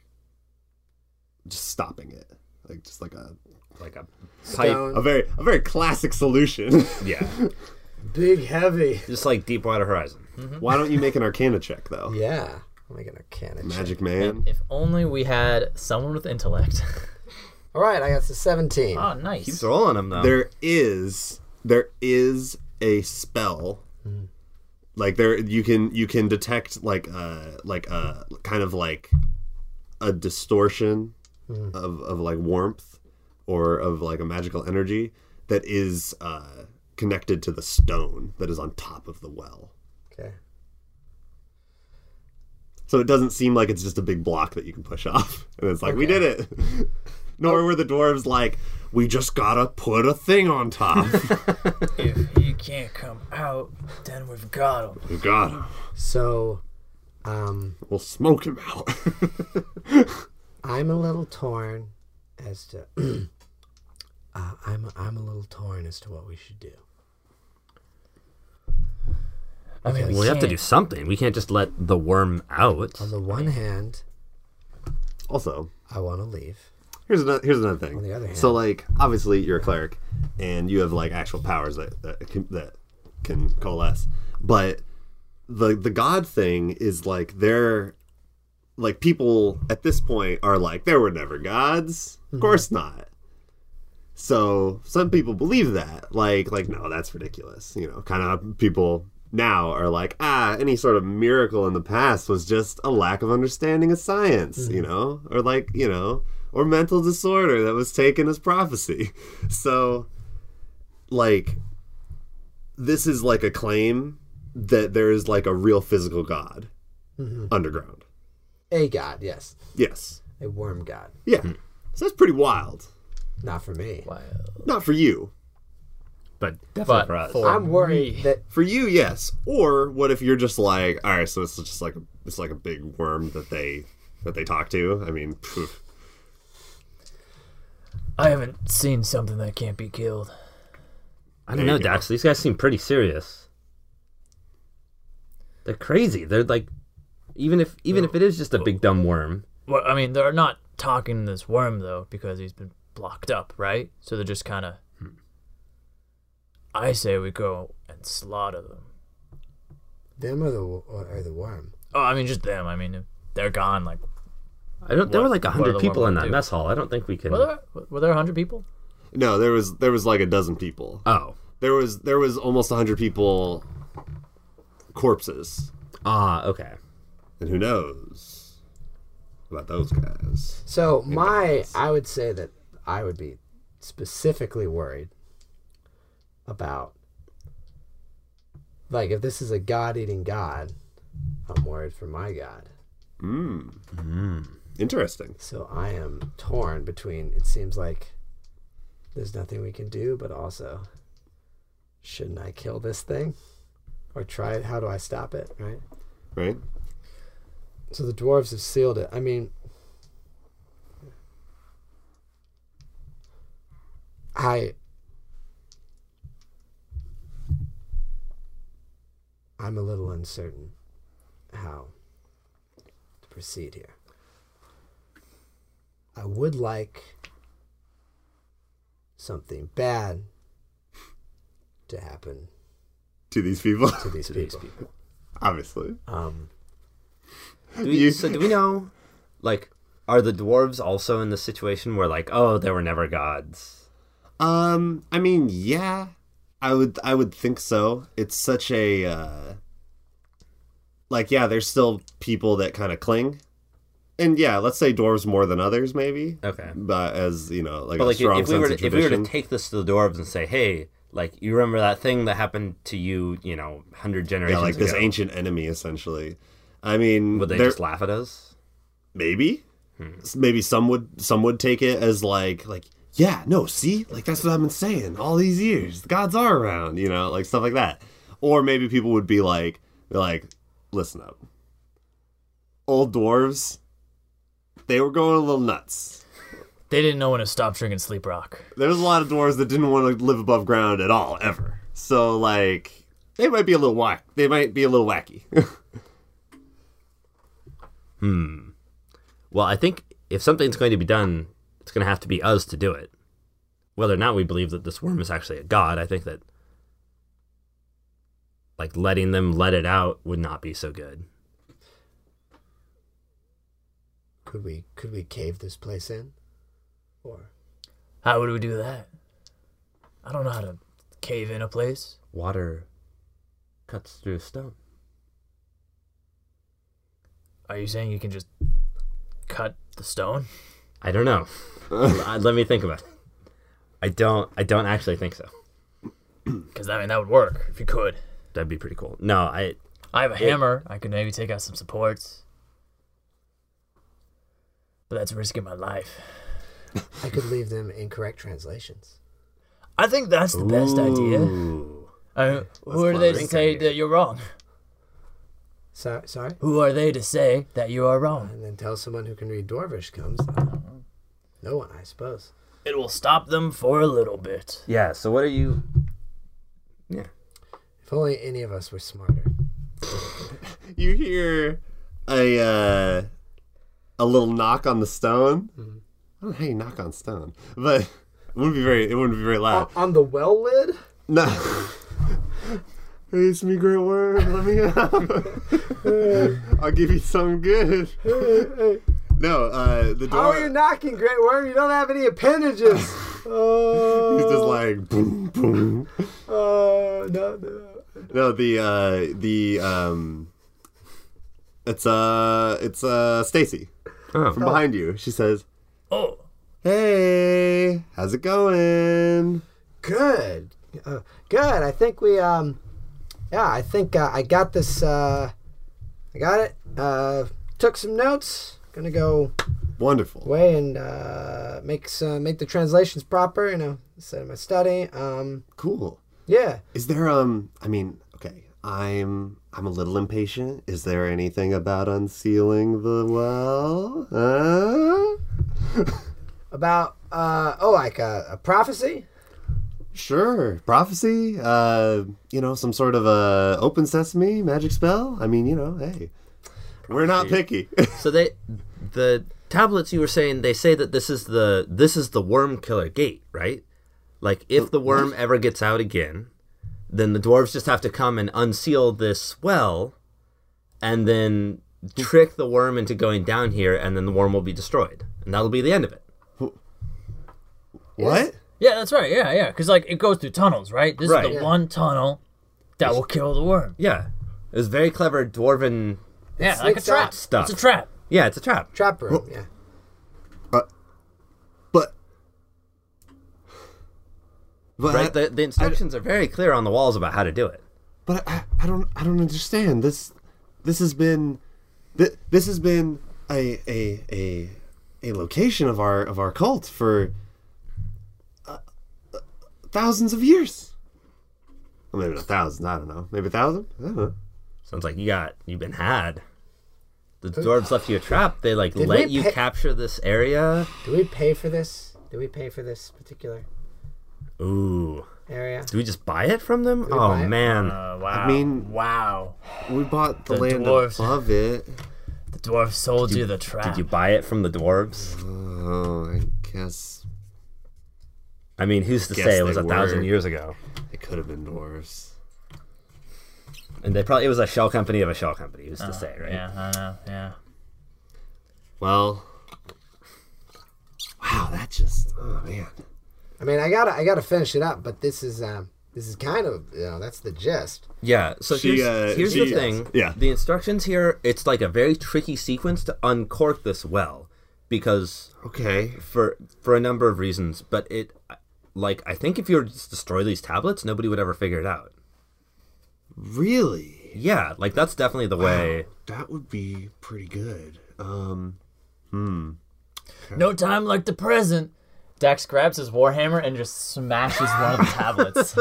[SPEAKER 2] just stopping it. Like just like a
[SPEAKER 5] Like a pipe.
[SPEAKER 3] Stone.
[SPEAKER 2] a very a very classic solution.
[SPEAKER 5] Yeah,
[SPEAKER 3] Big heavy.
[SPEAKER 5] just like Deepwater Horizon.
[SPEAKER 2] Why don't you make an arcana check though?
[SPEAKER 3] Yeah. I'm making a canon. check.
[SPEAKER 2] Magic man.
[SPEAKER 6] If only we had someone with intellect.
[SPEAKER 3] All right. I got to 17.
[SPEAKER 4] Ah.
[SPEAKER 6] oh, nice.
[SPEAKER 5] Keeps rolling them though.
[SPEAKER 2] there is there is a spell like there you can you can detect like a like a kind of like a distortion of of like warmth or of like a magical energy that is uh connected to the stone that is on top of the well
[SPEAKER 3] Okay.
[SPEAKER 2] so it doesn't seem like it's just a big block that you can push off and it's like we did it nor were the dwarves like we just gotta put a thing on top
[SPEAKER 6] if he can't come out, then we've got him.
[SPEAKER 2] we gotta
[SPEAKER 3] So, um,
[SPEAKER 2] We'll smoke him out.
[SPEAKER 3] I'm a little torn as to. uh, I'm I'm a little torn as to what we should do.
[SPEAKER 6] I mean,
[SPEAKER 5] well, we have to do something. We can't just let the worm out.
[SPEAKER 3] On the one hand,
[SPEAKER 2] also,
[SPEAKER 3] I want to leave.
[SPEAKER 2] here's another here's another thing.
[SPEAKER 3] the other
[SPEAKER 2] so like obviously you're a cleric, and you have like actual powers that that can, that can coalesce, but the the god thing is like they're like people at this point are like there were never gods.
[SPEAKER 3] Mm-hmm.
[SPEAKER 2] Of course not. So some people believe that, like, like no, that's ridiculous. You know, kind of people now are like, ah, any sort of miracle in the past was just a lack of understanding of science, you know, or like, you know, or mental disorder that was taken as prophecy. So, like, this is like a claim that there is like a real physical god underground.
[SPEAKER 3] A god, yes,
[SPEAKER 2] Yes,
[SPEAKER 3] a worm god.
[SPEAKER 2] yeah. So that's pretty wild.
[SPEAKER 3] Not for me.
[SPEAKER 2] Not for you,
[SPEAKER 5] But definitely
[SPEAKER 6] But
[SPEAKER 5] for us.
[SPEAKER 6] for-
[SPEAKER 3] I'm worried that
[SPEAKER 2] For you, yes. Or what if you're just like, all right, so it's just like a, it's like a big worm that they that they talk to. I mean, phew.
[SPEAKER 6] I haven't seen something that can't be killed.
[SPEAKER 5] I don't know, Dax. These guys seem pretty serious. They're crazy. They're like, even if even if it is just a big dumb worm.
[SPEAKER 6] Well, I mean, they're not talking to this worm though because he's been blocked up, right? So they're just kind of. I say we go and slaughter them.
[SPEAKER 3] them are the are the worm.
[SPEAKER 6] Oh, I mean, just them. I mean, if they're gone. Like,
[SPEAKER 5] I don't. there were
[SPEAKER 6] What-
[SPEAKER 5] like a
[SPEAKER 6] what
[SPEAKER 5] hundred
[SPEAKER 6] other
[SPEAKER 5] people
[SPEAKER 6] worm
[SPEAKER 5] in
[SPEAKER 6] would
[SPEAKER 5] that
[SPEAKER 6] do?
[SPEAKER 5] mess hall. I don't think we can.
[SPEAKER 6] were there were there hundred people?
[SPEAKER 2] no, there was there was like a dozen people,
[SPEAKER 5] Oh,
[SPEAKER 2] There was there was almost hundred people corpses,
[SPEAKER 5] Ah, okay.
[SPEAKER 2] and who knows about those guys?
[SPEAKER 3] So my, I would say that I would be specifically worried about, like, if this is a God-eating God, I'm worried for my God.
[SPEAKER 2] Interesting.
[SPEAKER 3] So I am torn between. It seems like there's nothing we can do, but also, shouldn't I kill this thing, or try it? How do I stop it? Right.
[SPEAKER 2] Right?
[SPEAKER 3] So the dwarves have sealed it. I mean, I. I'm a little uncertain how to proceed here. I would like something bad to happen
[SPEAKER 2] To these people.
[SPEAKER 3] to these people.
[SPEAKER 2] Obviously.
[SPEAKER 3] Um,
[SPEAKER 5] Do we, so do we know, like, are the dwarves also in the situation where like, oh, they were never gods?
[SPEAKER 2] Um, I mean, yeah, I would, I would think so. It's such a, uh, like, yeah, there's still people that kind of cling, and yeah, let's say dwarves more than others, maybe.
[SPEAKER 5] Okay.
[SPEAKER 2] But as you know, like
[SPEAKER 5] But
[SPEAKER 2] a
[SPEAKER 5] like,
[SPEAKER 2] strong
[SPEAKER 5] if we
[SPEAKER 2] sense
[SPEAKER 5] were
[SPEAKER 2] of
[SPEAKER 5] to, if we were
[SPEAKER 2] tradition.
[SPEAKER 5] to take this to the dwarves and say, hey, like, you remember that thing that happened to you, you know, hundred generations
[SPEAKER 2] yeah, like this
[SPEAKER 5] ago?
[SPEAKER 2] ancient enemy, essentially. I mean,
[SPEAKER 5] Would they
[SPEAKER 2] there-
[SPEAKER 5] just laugh at us?
[SPEAKER 2] maybe, S- maybe some would, some would take it as like, like, yeah, no, see, like that's what I've been saying all these years. The gods are around, you know, like stuff like that. Or maybe people would be like, be like, listen up, old dwarves, they were going a little nuts.
[SPEAKER 6] They didn't know when to stop drinking Sleep Rock.
[SPEAKER 2] There's a lot of dwarves that didn't want to live above ground at all ever. So like, they might be a little whack. They might be a little wacky.
[SPEAKER 5] Hmm. Well, I think if something's going to be done, it's going to have to be us to do it. Whether or not we believe that this worm is actually a god, I think that like letting them let it out would not be so good.
[SPEAKER 3] could we could we cave this place in, or
[SPEAKER 6] How would we do that? I don't know how to cave in a place.
[SPEAKER 5] Water cuts through stone.
[SPEAKER 6] Are you saying you can just cut the stone?
[SPEAKER 5] I don't know. Uh, let me think about it. I don't. I don't actually think so.
[SPEAKER 6] Because I mean that would work if you could.
[SPEAKER 5] That'd be pretty cool. No, I.
[SPEAKER 6] I have a hammer. I could maybe take out some supports. But that's risking my life.
[SPEAKER 3] I could leave them incorrect translations.
[SPEAKER 6] I think that's the best idea.
[SPEAKER 5] Ooh.
[SPEAKER 6] I mean, who are they to
[SPEAKER 5] clever.
[SPEAKER 6] say that you're wrong?
[SPEAKER 3] So, sorry.
[SPEAKER 6] Who are they to say that you are wrong?
[SPEAKER 3] And then tell someone who can read Dwarvish comes. No one, I suppose.
[SPEAKER 6] It will stop them for a little bit.
[SPEAKER 5] Yeah. So what are you? Yeah.
[SPEAKER 3] If only any of us were smarter.
[SPEAKER 2] you hear a uh, a little knock on the stone.
[SPEAKER 3] Mm-hmm.
[SPEAKER 2] I don't know how you knock on stone, but it wouldn't be very it wouldn't be very loud.
[SPEAKER 3] Uh, on the well lid?
[SPEAKER 2] No. Raise me, great word. Let me out. I'll give you something good. No, uh, the
[SPEAKER 3] How are
[SPEAKER 2] door
[SPEAKER 3] you
[SPEAKER 2] is
[SPEAKER 3] Oh, knocking, Great Worm? You don't have any appendages. Oh,
[SPEAKER 2] just like boom, boom.
[SPEAKER 3] oh, no, no.
[SPEAKER 2] No, the uh, the um, it's uh, it's uh, Stacy from
[SPEAKER 5] Oh.
[SPEAKER 2] behind you. She says,
[SPEAKER 6] Oh,
[SPEAKER 2] Hey, how's it going?
[SPEAKER 3] Good. Uh, good. I think we, um, yeah, I think uh, I got this, uh, I got it. Uh, took some notes. Gonna go
[SPEAKER 2] Wonderful.
[SPEAKER 3] away and uh, make some, make the translations proper, you know, instead of my study. Um,
[SPEAKER 2] Cool.
[SPEAKER 3] yeah.
[SPEAKER 2] Is there um I mean, okay, I'm I'm a little impatient. Is there anything about unsealing the well? Huh?
[SPEAKER 3] about uh oh like a, a prophecy
[SPEAKER 2] Sure. Prophecy? Uh, you know, some sort of a open sesame magic spell? I mean, you know, hey. We're not picky.
[SPEAKER 5] So they, the tablets you were saying, they say that this is the this is the worm killer gate, right? Like if the worm ever gets out again, then the dwarves just have to come and unseal this well, and then trick the worm into going down here, and then the worm will be destroyed, and that'll be the end of it.
[SPEAKER 2] what?
[SPEAKER 6] Yeah, that's right. Yeah, yeah. Because like it goes through tunnels, right? This
[SPEAKER 5] Right.
[SPEAKER 6] is the
[SPEAKER 5] Yeah.
[SPEAKER 6] one tunnel that will kill the worm.
[SPEAKER 5] Yeah. It was very clever dwarven.
[SPEAKER 6] Yeah, like a
[SPEAKER 3] sneaks out
[SPEAKER 6] trap.
[SPEAKER 5] stuff.
[SPEAKER 6] It's a trap.
[SPEAKER 5] Yeah, it's a trap.
[SPEAKER 3] Trap room, yeah.
[SPEAKER 2] But, but, but,
[SPEAKER 5] Right? The, the instructions are very clear on the walls about how to do it.
[SPEAKER 2] but I, I don't, I don't understand this. This has been, th- this has been a, a, a, a location of our, of our cult for uh, thousands of years. Well, maybe not thousands. I don't know. Maybe a thousand. I don't know.
[SPEAKER 5] Sounds like you got you've been had. The dwarves left you a trap. They like
[SPEAKER 3] Did
[SPEAKER 5] let
[SPEAKER 3] we
[SPEAKER 5] you
[SPEAKER 3] pay-
[SPEAKER 5] capture this area.
[SPEAKER 3] Do we pay for this? Do we pay for this particular
[SPEAKER 5] Ooh.
[SPEAKER 3] area?
[SPEAKER 5] Do we just buy it from them?
[SPEAKER 3] we
[SPEAKER 5] Oh
[SPEAKER 3] buy it?
[SPEAKER 5] man.
[SPEAKER 6] Uh, wow. I
[SPEAKER 2] mean-
[SPEAKER 6] wow.
[SPEAKER 2] We bought the,
[SPEAKER 6] The
[SPEAKER 2] land
[SPEAKER 6] dwarves.
[SPEAKER 2] above it.
[SPEAKER 6] The dwarf sold you, the trap.
[SPEAKER 5] Did you buy it from the dwarves?
[SPEAKER 2] Oh, I guess
[SPEAKER 5] I mean, who's to
[SPEAKER 2] Guess
[SPEAKER 5] say
[SPEAKER 2] they
[SPEAKER 5] it was a
[SPEAKER 2] were.
[SPEAKER 5] thousand years ago?
[SPEAKER 2] it could have been dwarves.
[SPEAKER 5] And they probably it was a shell company of a shell company.
[SPEAKER 2] Uh,
[SPEAKER 5] Who's to say, right?
[SPEAKER 6] Yeah, I know. Yeah.
[SPEAKER 2] Well, wow, that just oh man.
[SPEAKER 3] I mean, I gotta, I gotta finish it up, but this is, um, this is kind of, you know, that's the gist.
[SPEAKER 5] Yeah. So
[SPEAKER 2] She,
[SPEAKER 5] here's,
[SPEAKER 2] uh,
[SPEAKER 5] here's
[SPEAKER 2] she-
[SPEAKER 5] the thing.
[SPEAKER 2] yeah.
[SPEAKER 5] The instructions here. It's like a very tricky sequence to uncork this well, because
[SPEAKER 2] Okay.
[SPEAKER 5] for for a number of reasons. But it, like, I think if you were to just destroy these tablets, nobody would ever figure it out.
[SPEAKER 2] Really?
[SPEAKER 5] Yeah. Like that's definitely the way.
[SPEAKER 2] That would be pretty good. Um
[SPEAKER 6] No time like the present. Dax grabs his warhammer and just smashes one of the tablets.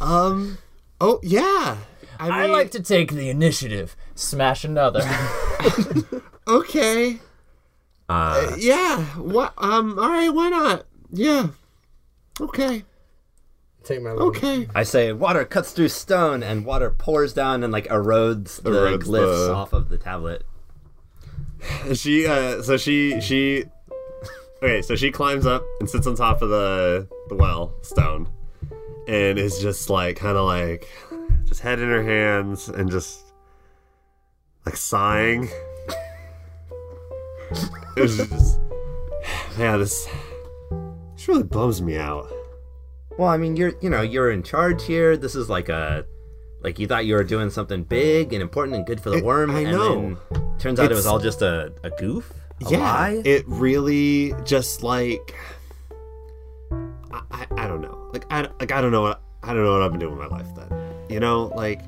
[SPEAKER 2] Um Oh yeah. I, mean,
[SPEAKER 6] I like to take the initiative. Smash another.
[SPEAKER 2] Okay. Uh, yeah. What um all right, why not? Yeah. Okay.
[SPEAKER 3] Take my little-
[SPEAKER 2] Okay.
[SPEAKER 5] I say water cuts through stone, and water pours down and like erodes the
[SPEAKER 2] Erodes
[SPEAKER 5] glyphs
[SPEAKER 2] the-
[SPEAKER 5] off of the tablet.
[SPEAKER 2] She uh so she she Okay, so she climbs up and sits on top of the the well stone and is just like kind of like just head in her hands and just like sighing. it was just man, this this really bums me out.
[SPEAKER 5] Well, I mean, you're you know you're in charge here. This is like a like you thought you were doing something big and important and good for the
[SPEAKER 2] It-
[SPEAKER 5] worm.
[SPEAKER 2] I
[SPEAKER 5] and
[SPEAKER 2] know.
[SPEAKER 5] Then turns out it
[SPEAKER 2] It's-
[SPEAKER 5] was all just a, a goof. A lie?
[SPEAKER 2] it really just like I, I, I don't know. Like I like I don't know what I don't know what I've been doing with my life then. You know, like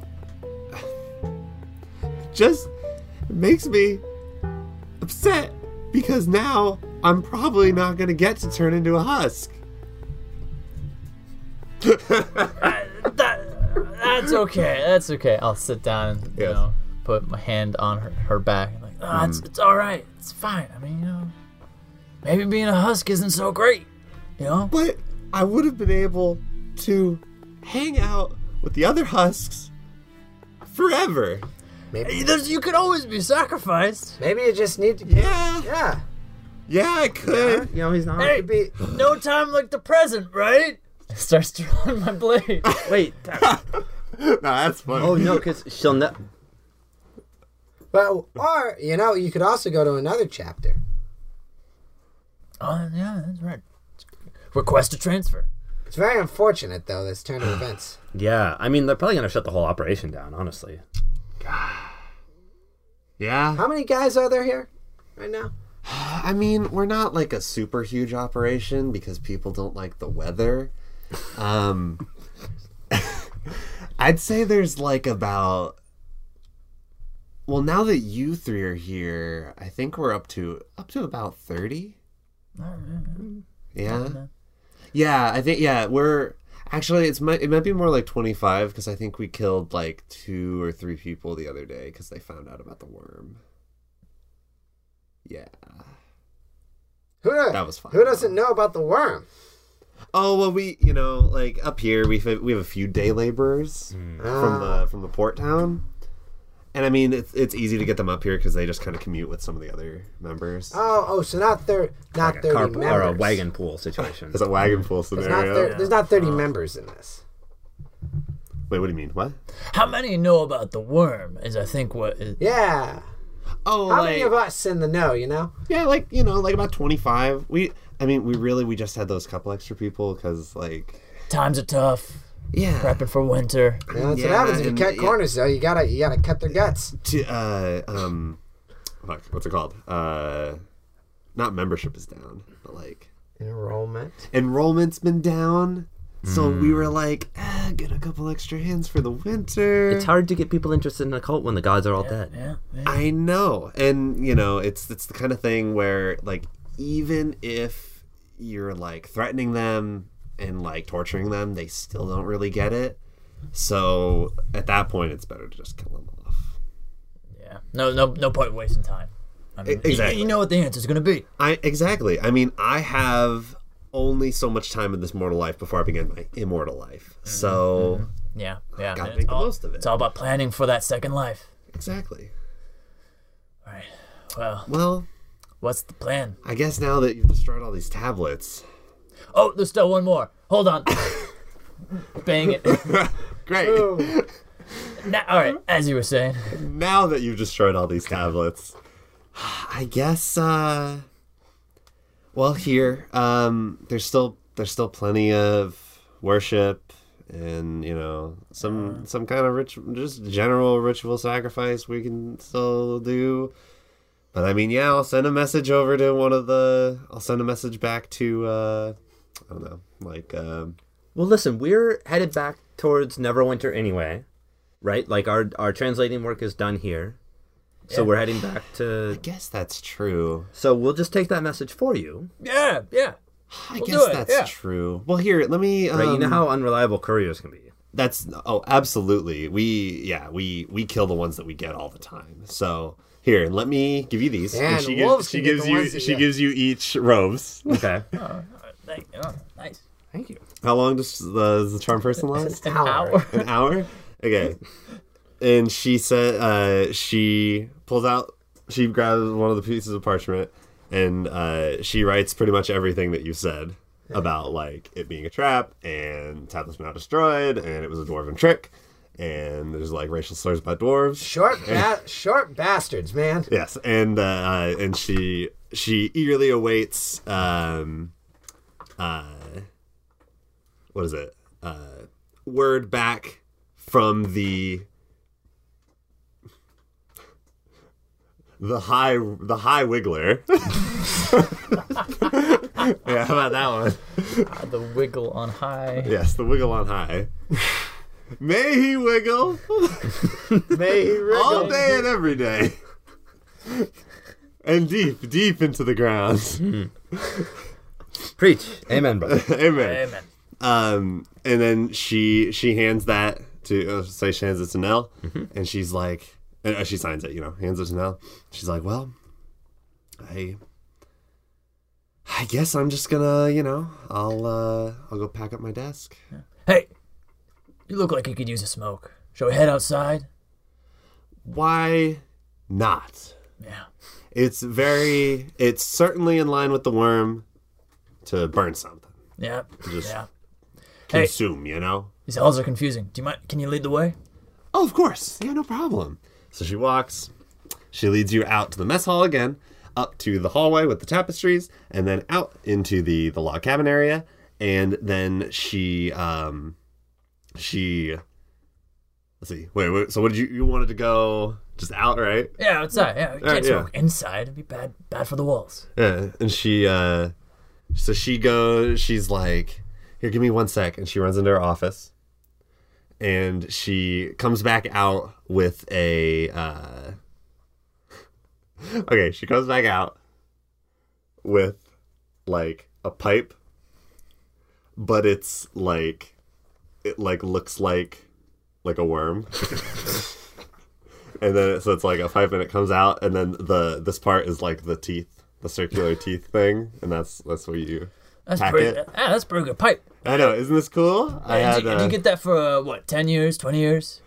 [SPEAKER 2] just makes me upset because now I'm probably not gonna get to turn into a husk.
[SPEAKER 6] That- that's okay. That's okay. I'll sit down and you
[SPEAKER 2] Yes.
[SPEAKER 6] know, put my hand on her, her back. And like, ah, it's,
[SPEAKER 5] Mm.
[SPEAKER 6] it's all right. It's fine. I mean, you know, maybe being a husk isn't so great. You know,
[SPEAKER 2] But I would have been able to hang out with the other husks forever.
[SPEAKER 3] Maybe,
[SPEAKER 6] There's, you could always be sacrificed.
[SPEAKER 3] maybe you just need to,
[SPEAKER 2] Yeah,
[SPEAKER 3] yeah.
[SPEAKER 2] yeah, I could.
[SPEAKER 5] You know he's not.
[SPEAKER 6] Hey,
[SPEAKER 3] Be,
[SPEAKER 6] no time like the present, right? Starts drawing my blade.
[SPEAKER 5] Wait.
[SPEAKER 2] Nah, that's funny.
[SPEAKER 5] oh no, because she'll ne-
[SPEAKER 3] but, or, you know, you could also go to another chapter.
[SPEAKER 6] oh yeah, that's right. Request a transfer.
[SPEAKER 3] It's very unfortunate, though, this turn of events.
[SPEAKER 5] Yeah, I mean they're probably gonna shut the whole operation down. Honestly,
[SPEAKER 2] Yeah.
[SPEAKER 3] How many guys are there here right now?
[SPEAKER 2] I mean, we're not like a super huge operation because people don't like the weather. Um, I'd say there's like about. Well, now that you three are here, I think we're up to up to about thirty. Yeah, yeah. I think yeah. We're actually it's might it might be more like twenty five because I think we killed like two or three people the other day because they found out about the worm. Yeah.
[SPEAKER 3] Who, do-
[SPEAKER 2] That was fun.
[SPEAKER 3] who doesn't know about the worm?
[SPEAKER 2] Oh well, we you know like up here we have, we have a few day laborers
[SPEAKER 7] Hmm.
[SPEAKER 2] from
[SPEAKER 3] Ah.
[SPEAKER 2] the from the port town, and I mean it's it's easy to get them up here because they just kind of commute with some of the other members.
[SPEAKER 3] Oh, oh, so not thir- not
[SPEAKER 5] like a
[SPEAKER 3] thirty
[SPEAKER 5] carpool
[SPEAKER 3] members.
[SPEAKER 5] or a wagon Oh. pool situation.
[SPEAKER 2] It's a wagon pool
[SPEAKER 3] There's not,
[SPEAKER 2] scenario.
[SPEAKER 3] thir- there's not thirty members in this.
[SPEAKER 2] Wait, what do you mean? What?
[SPEAKER 6] How many know about the worm? Is I think what is,
[SPEAKER 3] Yeah.
[SPEAKER 7] oh,
[SPEAKER 3] How
[SPEAKER 7] like
[SPEAKER 3] many of us in the know, you know?
[SPEAKER 2] Yeah, like you know, like about twenty five. We, I mean, we really we just had those couple extra people because like
[SPEAKER 6] Times are tough.
[SPEAKER 2] yeah,
[SPEAKER 6] Prepping for winter.
[SPEAKER 3] You know, that's
[SPEAKER 2] Yeah,
[SPEAKER 3] what happens if you
[SPEAKER 2] and-
[SPEAKER 3] cut
[SPEAKER 2] yeah.
[SPEAKER 3] corners, though. You gotta, you gotta cut their guts.
[SPEAKER 2] to, uh, um, fuck, what's it called? Uh, not membership is down, but like
[SPEAKER 3] Enrollment.
[SPEAKER 2] enrollment's been down. So
[SPEAKER 6] Hmm.
[SPEAKER 2] we were like, ah, get a couple extra hands for the winter.
[SPEAKER 5] It's hard to get people interested in a cult when the gods are all dead.
[SPEAKER 6] Yeah. yeah.
[SPEAKER 2] I know, and you know, it's it's the kind of thing where like even if you're like threatening them and like torturing them, they still don't really get it. So at that point, it's better to just kill them off.
[SPEAKER 6] Yeah. No, no, no point wasting time. I mean, you-
[SPEAKER 2] exactly.
[SPEAKER 6] You know what the answer's gonna be.
[SPEAKER 2] I exactly. I mean, I have only so much time in this mortal life before I begin my immortal life. So
[SPEAKER 6] Yeah. Yeah.
[SPEAKER 2] Gotta
[SPEAKER 6] Mm-hmm. It's
[SPEAKER 2] make the
[SPEAKER 6] all-
[SPEAKER 2] most of it.
[SPEAKER 6] It's all about planning for that second life.
[SPEAKER 2] exactly.
[SPEAKER 6] All right. Well,
[SPEAKER 2] Well,
[SPEAKER 6] what's the plan?
[SPEAKER 2] I guess now that you've destroyed all these tablets,
[SPEAKER 6] Oh, there's still one more. Hold on. Bang it.
[SPEAKER 2] great.
[SPEAKER 6] Now, all right. As you were saying.
[SPEAKER 2] now that you've destroyed all these tablets, I guess. uh Well, here, um, there's still there's still plenty of worship and you know some some kind of ritual, just general ritual sacrifice we can still do. But I mean, yeah, I'll send a message over to one of the. I'll send a message back to. uh I don't know, like. um
[SPEAKER 5] Well, listen, we're headed back towards Neverwinter anyway, right? Like our our translating work is done here, so we're heading back to.
[SPEAKER 2] I guess that's true.
[SPEAKER 5] So we'll just take that message for you,
[SPEAKER 6] Yeah. Yeah.
[SPEAKER 2] I
[SPEAKER 6] We'll
[SPEAKER 2] guess
[SPEAKER 6] do it,
[SPEAKER 2] that's
[SPEAKER 6] yeah.
[SPEAKER 2] true. Well, here, let me. Um,
[SPEAKER 5] right? you know how unreliable couriers can be.
[SPEAKER 2] that's oh absolutely we yeah we we kill the ones that we get all the time so here let me give you these
[SPEAKER 3] Yeah, and
[SPEAKER 2] she
[SPEAKER 3] wolves
[SPEAKER 2] gives, she
[SPEAKER 3] can get
[SPEAKER 2] gives
[SPEAKER 3] the
[SPEAKER 2] you
[SPEAKER 3] ones that-
[SPEAKER 2] she
[SPEAKER 3] yeah.
[SPEAKER 2] gives you each robes
[SPEAKER 5] Okay.
[SPEAKER 6] Thank you. Oh, nice.
[SPEAKER 5] Thank you.
[SPEAKER 2] how long does the, does the charm person last
[SPEAKER 3] An hour.
[SPEAKER 2] an hour okay and she said uh she pulls out she grabs one of the pieces of parchment and uh she writes pretty much everything that you said about like it being a trap and tablets were not destroyed and it was a dwarven trick and there's like racial slurs about dwarves
[SPEAKER 3] Short, ba- short bastards, man.
[SPEAKER 2] Yes, and uh, and she she eagerly awaits. Um, uh, what is it? Uh, word back from the the high the high wiggler. yeah, how about that one?
[SPEAKER 6] Ah, The wiggle on high.
[SPEAKER 2] Yes, the wiggle on high. May he wiggle
[SPEAKER 3] May he wriggle.
[SPEAKER 2] all day and every day. And deep, deep into the ground.
[SPEAKER 5] Preach. Amen, brother.
[SPEAKER 2] Amen.
[SPEAKER 6] Amen.
[SPEAKER 2] Um, and then she she hands that to uh, say she hands it to Nell,
[SPEAKER 3] Mm-hmm.
[SPEAKER 2] and she's like, and, uh, she signs it, you know, hands it to Nell. She's like, well, I, I guess I'm just gonna, you know, I'll uh, I'll go pack up my desk.
[SPEAKER 6] Hey, you look like you could use a smoke. Shall we head outside?
[SPEAKER 2] Why not?
[SPEAKER 6] Yeah.
[SPEAKER 2] It's very, it's certainly in line with the worm to burn something,
[SPEAKER 6] Yeah.
[SPEAKER 2] Just-
[SPEAKER 6] yeah. Hey.
[SPEAKER 2] consume, you know.
[SPEAKER 6] These halls are confusing. Do you mind? Can you lead the way?
[SPEAKER 2] Oh, of course. Yeah, no problem. So she walks. She leads you out to the mess hall again, up to the hallway with the tapestries, and then out into the the log cabin area. And then she um she let's see. Wait, wait. So what did you you wanted to go just out, right?
[SPEAKER 6] Yeah, outside. Yeah, we can't
[SPEAKER 2] Alright, yeah.
[SPEAKER 6] smoke inside. It'd be bad, bad for the walls.
[SPEAKER 2] Yeah, and she uh so she goes she's like, Here, give me one sec and she runs into her office and she comes back out with a uh Okay, she comes back out with like a pipe but it's like it like looks like like a worm. and then it, so it's like a pipe and it comes out and then the this part is like the teeth, the circular teeth thing and that's that's what you
[SPEAKER 6] That's
[SPEAKER 2] Pack
[SPEAKER 6] pretty.
[SPEAKER 2] it.
[SPEAKER 6] Ah, that's pretty good pipe.
[SPEAKER 2] I know, isn't this cool? I
[SPEAKER 6] And
[SPEAKER 2] had
[SPEAKER 6] did, you,
[SPEAKER 2] uh,
[SPEAKER 6] did you get that for uh, what? Ten years? Twenty years?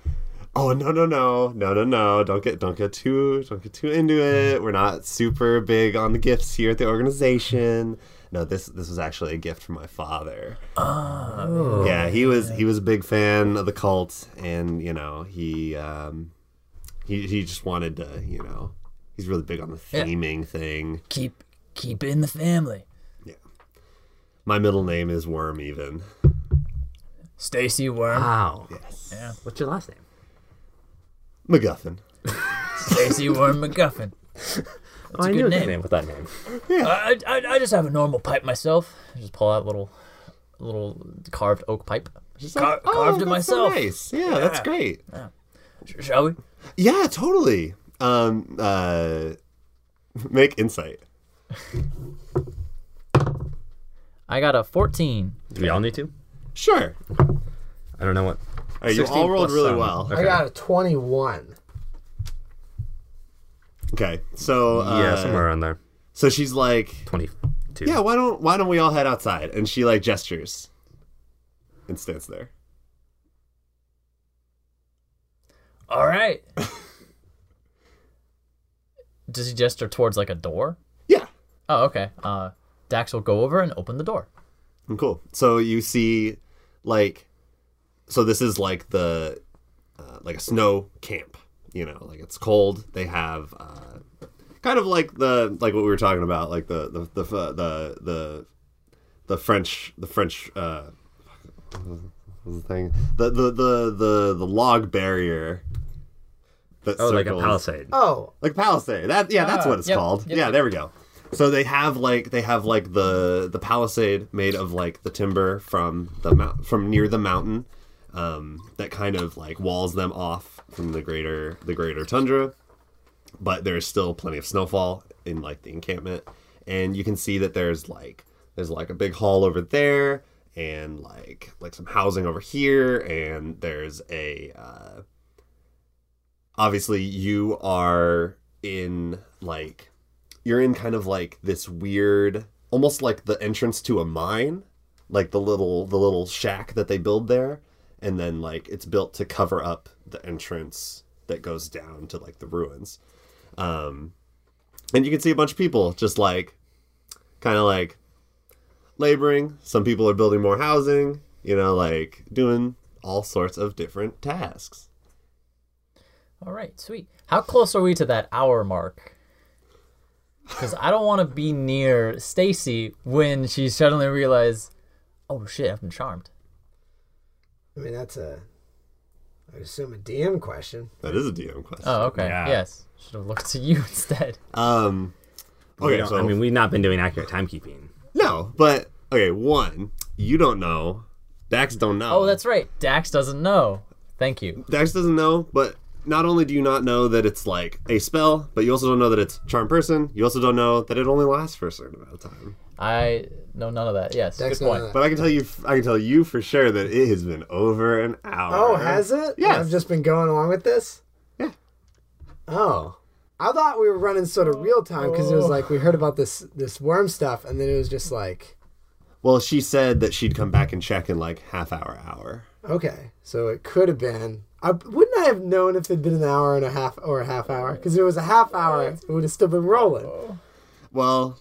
[SPEAKER 2] Oh no no no no no no! Don't get don't get too don't get too into it. We're not super big on the gifts here at the organization. No, this this was actually a gift from my father. Oh, yeah, he was he was a big fan of the cult, and you know he um, he he just wanted to you know He's really big on the
[SPEAKER 6] Yeah.
[SPEAKER 2] theming thing.
[SPEAKER 6] Keep keep it in the family.
[SPEAKER 2] My middle name is Worm, even.
[SPEAKER 6] Stacy Worm.
[SPEAKER 2] Ah.
[SPEAKER 5] Wow.
[SPEAKER 2] Yes.
[SPEAKER 5] What's your last name?
[SPEAKER 2] MacGuffin.
[SPEAKER 6] Stacy Worm McGuffin.
[SPEAKER 5] oh, I
[SPEAKER 6] good
[SPEAKER 5] knew a
[SPEAKER 6] name.
[SPEAKER 5] good name with that name.
[SPEAKER 6] I, I, I just have a normal pipe myself. I just pull out little little carved oak pipe. Just car-
[SPEAKER 2] Oh,
[SPEAKER 6] carved it
[SPEAKER 2] that's so
[SPEAKER 6] myself.
[SPEAKER 2] nice. Yeah, that's great.
[SPEAKER 6] Sh- Shall we?
[SPEAKER 2] Yeah, totally. Um, uh, make insight.
[SPEAKER 6] I got a 14.
[SPEAKER 5] Do we all need to?
[SPEAKER 2] Sure.
[SPEAKER 5] I don't know what.
[SPEAKER 2] All right, you
[SPEAKER 5] 16
[SPEAKER 2] all rolled
[SPEAKER 5] plus
[SPEAKER 2] really
[SPEAKER 5] some.
[SPEAKER 2] well.
[SPEAKER 5] Okay.
[SPEAKER 3] I got a 21.
[SPEAKER 2] Okay, so uh,
[SPEAKER 5] yeah, somewhere around there.
[SPEAKER 2] So she's like,
[SPEAKER 5] Twenty-two.
[SPEAKER 2] "Yeah, why don't why don't we all head outside?" And she like gestures and stands there.
[SPEAKER 6] All right. Does he gesture towards like a door?
[SPEAKER 2] Yeah,
[SPEAKER 6] Oh, okay. Uh, Dax will go over and open the door.
[SPEAKER 2] Mm, cool. So you see, like, so this is like the uh, like a snow camp. You know, like it's cold. They have uh, kind of like the like what we were talking about, like the the the uh, the the, the French the French. Uh, what was the thing the the the the, the log barrier that
[SPEAKER 5] Oh, like a
[SPEAKER 2] circles-
[SPEAKER 5] palisade.
[SPEAKER 3] Oh,
[SPEAKER 2] like palisade. That yeah, that's what it's
[SPEAKER 6] Ah, yep,
[SPEAKER 2] called.
[SPEAKER 6] yep,
[SPEAKER 2] yeah,
[SPEAKER 6] yep.
[SPEAKER 2] there we go. So they have like they have like the the palisade made of like the timber from the mount from near the mountain um, that kind of like walls them off from the greater the greater tundra. But there's still plenty of snowfall in like the encampment, and you can see that there's like there's like a big hall over there and like like some housing over here and there's a uh, obviously you are in like you're in kind of like this weird almost like the entrance to a mine like the little the little shack that they build there and then like it's built to cover up the entrance that goes down to like the ruins um and you can see a bunch of people just like kind of like laboring some people are building more housing you know like doing all sorts of different tasks
[SPEAKER 6] All right, sweet. How close are we to that hour mark? Because I don't want to be near Stacy when she suddenly realizes, oh shit, I've been charmed.
[SPEAKER 3] I mean, that's a, I would assume a DM question.
[SPEAKER 2] that is a dm question
[SPEAKER 6] Oh, okay.
[SPEAKER 5] Yeah.
[SPEAKER 6] Yes. Should have looked to you instead.
[SPEAKER 2] Um,
[SPEAKER 5] We
[SPEAKER 2] okay,
[SPEAKER 5] don't-
[SPEAKER 2] so
[SPEAKER 5] I mean, we've not been doing accurate timekeeping.
[SPEAKER 2] no, but okay, one, you don't know. Dax don't know.
[SPEAKER 6] Oh, that's right. Dax doesn't know. Thank you.
[SPEAKER 2] Dax doesn't know, but not only do you not know that it's like a spell, but you also don't know that it's charm person. You also don't know that it only lasts for a certain amount of time.
[SPEAKER 6] I know none of that. Yes.
[SPEAKER 3] Dax
[SPEAKER 6] good
[SPEAKER 3] knows
[SPEAKER 6] point.
[SPEAKER 3] none of
[SPEAKER 2] But I can tell you, I can tell you for sure that it has been over an hour.
[SPEAKER 3] Oh, has it?
[SPEAKER 2] Yes.
[SPEAKER 3] I've just been going along with this?
[SPEAKER 2] Yeah.
[SPEAKER 3] Oh. I thought we were running sort of real time because it was like we heard about this this worm stuff and then it was just like
[SPEAKER 2] Well, she said that she'd come back and check in like half hour, hour.
[SPEAKER 3] okay, so it could have been. I wouldn't I have known if it'd been an hour and a half or a half hour because if it was a half hour, it would have still been rolling.
[SPEAKER 2] Well,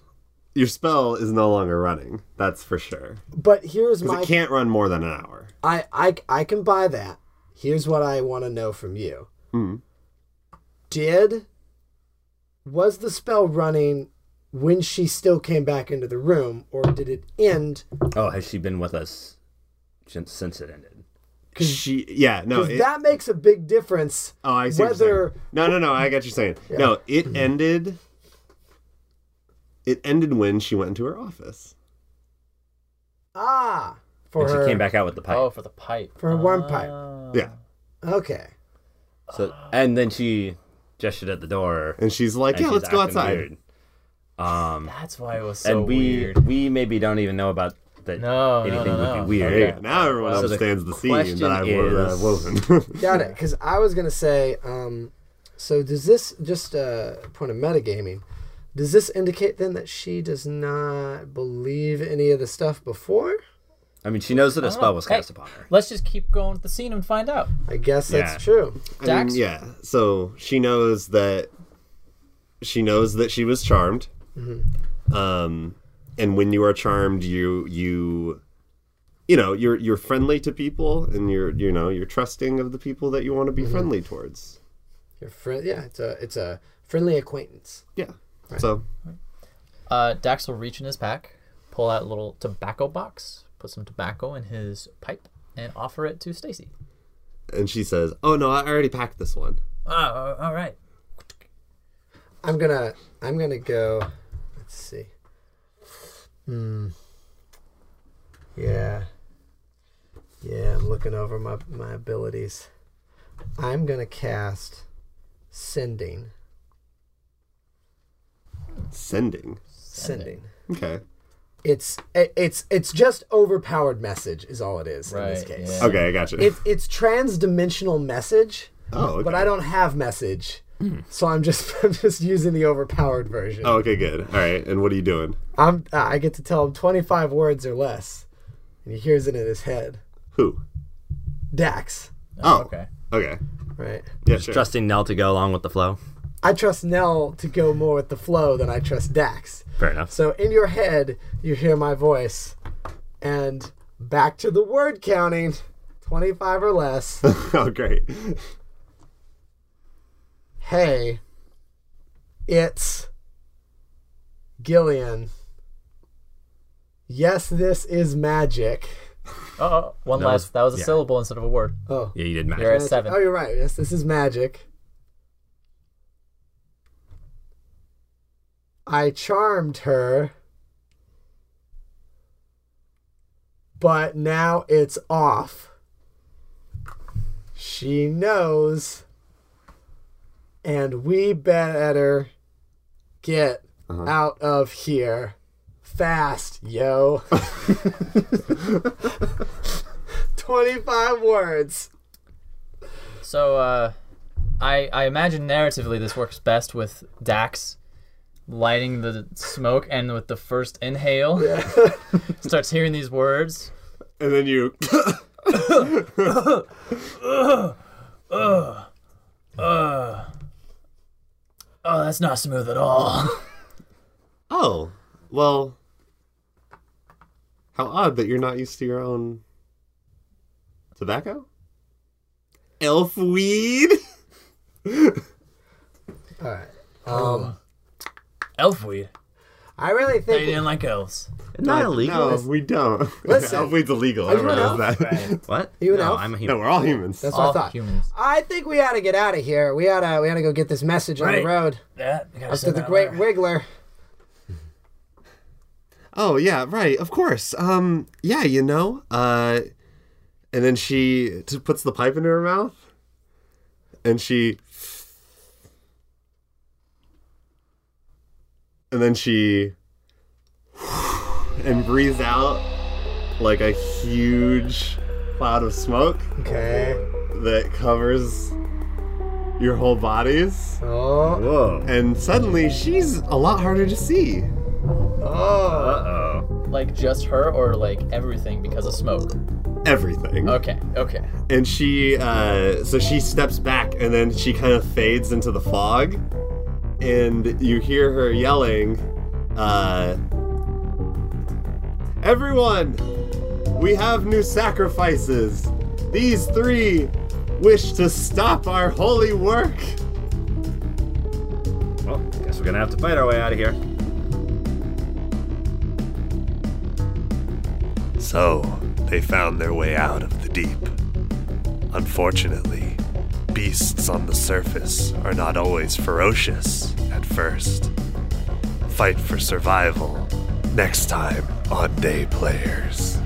[SPEAKER 2] your spell is no longer running. That's for sure.
[SPEAKER 3] But here's
[SPEAKER 2] 'Cause
[SPEAKER 3] my
[SPEAKER 2] it can't run more than an hour.
[SPEAKER 3] I, I I can buy that. Here's what I want to know from you.
[SPEAKER 2] Mm.
[SPEAKER 3] Did was the spell running when she still came back into the room, or did it end?
[SPEAKER 5] Oh, has she been with us since, since it ended?
[SPEAKER 2] She, yeah, no.
[SPEAKER 3] Because
[SPEAKER 2] it-
[SPEAKER 3] that makes a big difference.
[SPEAKER 2] Oh, I see. what you're
[SPEAKER 3] Whether-
[SPEAKER 2] saying. no, no, no, I got you saying. No, it ended. It ended when she went into her office.
[SPEAKER 3] Ah, for
[SPEAKER 5] And she
[SPEAKER 3] her
[SPEAKER 5] came back out with the pipe.
[SPEAKER 6] Oh, for the pipe.
[SPEAKER 3] for her worm pipe.
[SPEAKER 6] Ah.
[SPEAKER 2] Yeah,
[SPEAKER 3] Okay.
[SPEAKER 5] So, and then she gestured at the door.
[SPEAKER 2] and she's like,
[SPEAKER 5] and
[SPEAKER 2] "Yeah,
[SPEAKER 5] she's
[SPEAKER 2] let's go
[SPEAKER 5] acting
[SPEAKER 2] outside."
[SPEAKER 5] weird. Um,
[SPEAKER 6] That's why it was so
[SPEAKER 5] and we
[SPEAKER 6] weird.
[SPEAKER 5] we maybe don't even know about that.
[SPEAKER 6] No, no,
[SPEAKER 5] anything
[SPEAKER 6] no,
[SPEAKER 5] would
[SPEAKER 6] no.
[SPEAKER 5] be weird.
[SPEAKER 2] Hey, Now everyone
[SPEAKER 5] So the
[SPEAKER 2] understands the, scene
[SPEAKER 5] question
[SPEAKER 2] that I wo- uh,
[SPEAKER 5] is-
[SPEAKER 2] woven.
[SPEAKER 3] Got it. Because I was gonna say, um, so does this just uh, point of metagaming? Does this indicate then that she does not believe any of the stuff before?
[SPEAKER 5] I mean, she knows that a
[SPEAKER 6] don't
[SPEAKER 5] spell
[SPEAKER 6] know.
[SPEAKER 5] was
[SPEAKER 6] Hey.
[SPEAKER 5] cast upon her.
[SPEAKER 6] Let's just keep going with the scene and find out.
[SPEAKER 3] I guess
[SPEAKER 5] Yeah.
[SPEAKER 3] that's true.
[SPEAKER 2] I mean,
[SPEAKER 6] Dax?
[SPEAKER 2] yeah, so she knows that she knows that she was charmed. Um, and when you are charmed, you you you know you're you're friendly to people, and you're you know you're trusting of the people that you want to be friendly towards.
[SPEAKER 3] Your friend, yeah, it's a it's a friendly acquaintance.
[SPEAKER 2] Yeah. So
[SPEAKER 6] Uh, Dax will reach in his pack, pull out a little tobacco box, put some tobacco in his pipe, and offer it to Stacy.
[SPEAKER 2] and she says, "Oh no, I already packed this one."
[SPEAKER 6] Oh, all right.
[SPEAKER 3] I'm gonna I'm gonna go. Let's see. Hmm. Yeah. Yeah, I'm looking over my my abilities. I'm gonna cast sending.
[SPEAKER 2] Sending.
[SPEAKER 3] Sending.
[SPEAKER 2] Okay.
[SPEAKER 3] It's it- it's it's just overpowered message is all it is in this
[SPEAKER 6] Right,
[SPEAKER 3] case.
[SPEAKER 6] yeah.
[SPEAKER 2] Okay, I gotcha.
[SPEAKER 3] It, it's trans-dimensional message,
[SPEAKER 2] oh, okay.
[SPEAKER 3] but I don't have message, so I'm just I'm just using the overpowered version.
[SPEAKER 2] Oh, okay, good. All right. And what are you doing?
[SPEAKER 3] I'm uh, I get to tell him 25 words or less, and he hears it in his head.
[SPEAKER 2] Who?
[SPEAKER 3] Dax,
[SPEAKER 2] Oh.
[SPEAKER 6] Okay.
[SPEAKER 2] Okay.
[SPEAKER 3] right?
[SPEAKER 2] Yeah, sure.
[SPEAKER 5] Trusting Nell to go along with the flow.
[SPEAKER 3] I trust Nell to go more with the flow than I trust Dax.
[SPEAKER 5] Fair enough.
[SPEAKER 3] So in your head, you hear my voice, and back to the word counting, 25 or less.
[SPEAKER 2] oh, great.
[SPEAKER 3] hey, it's Gillian. Yes, this is magic.
[SPEAKER 6] Oh, one
[SPEAKER 5] That was-
[SPEAKER 6] last. That was a
[SPEAKER 5] yeah.
[SPEAKER 6] syllable instead of a word.
[SPEAKER 3] Oh,
[SPEAKER 5] Yeah, you did magic.
[SPEAKER 6] You're at
[SPEAKER 3] magic.
[SPEAKER 6] seven.
[SPEAKER 3] Oh, you're right. Yes, this is magic. I charmed her, but now it's off. She knows, and we better get
[SPEAKER 2] Ah.
[SPEAKER 3] out of here fast, yo. 25 words.
[SPEAKER 6] So uh, I I imagine narratively this works best with Dax lighting the smoke and with the first inhale starts hearing these words.
[SPEAKER 2] And then you.
[SPEAKER 6] Oh, that's not smooth at all.
[SPEAKER 2] oh, well. How odd that you're not used to your own tobacco. Elf weed.
[SPEAKER 3] All right. Um,
[SPEAKER 6] Elfweed.
[SPEAKER 3] I really
[SPEAKER 6] They
[SPEAKER 3] think.
[SPEAKER 6] didn't like elves.
[SPEAKER 5] Not illegal.
[SPEAKER 2] No, we don't.
[SPEAKER 3] Listen.
[SPEAKER 2] elf weed's illegal.
[SPEAKER 3] Are you
[SPEAKER 2] Everyone
[SPEAKER 3] an
[SPEAKER 2] knows that.
[SPEAKER 5] What?
[SPEAKER 3] you an
[SPEAKER 5] no,
[SPEAKER 3] elf?
[SPEAKER 5] I'm a
[SPEAKER 2] No,
[SPEAKER 5] human.
[SPEAKER 2] we're all humans.
[SPEAKER 3] That's what I
[SPEAKER 6] All
[SPEAKER 3] thought.
[SPEAKER 6] humans.
[SPEAKER 3] I think we ought to get out of here. We ought to. We ought to go get this message on
[SPEAKER 6] Right.
[SPEAKER 3] the road
[SPEAKER 6] That. we gotta
[SPEAKER 3] up to
[SPEAKER 6] send
[SPEAKER 3] the
[SPEAKER 6] that
[SPEAKER 3] Great
[SPEAKER 6] letter.
[SPEAKER 3] Wiggler.
[SPEAKER 2] Oh yeah, right. Of course. Um yeah, you know. Uh and then she t- puts the pipe into her mouth and she and then she and breathes out like a huge cloud of smoke
[SPEAKER 3] Okay.
[SPEAKER 2] that covers your whole bodies.
[SPEAKER 3] Oh.
[SPEAKER 5] Whoa.
[SPEAKER 2] And suddenly she's a lot harder to see.
[SPEAKER 3] Oh.
[SPEAKER 5] Uh-oh.
[SPEAKER 6] Like just her or like everything because of smoke.
[SPEAKER 2] Everything.
[SPEAKER 6] Okay. Okay.
[SPEAKER 2] and she uh, so she steps back and then she kind of fades into the fog and you hear her yelling uh, everyone we have new sacrifices these three wish to stop our holy work
[SPEAKER 5] Well, guess we're gonna have to fight our way out of here.
[SPEAKER 1] So, they found their way out of the deep. Unfortunately, beasts on the surface are not always ferocious at first. Fight for survival next time on Day Players.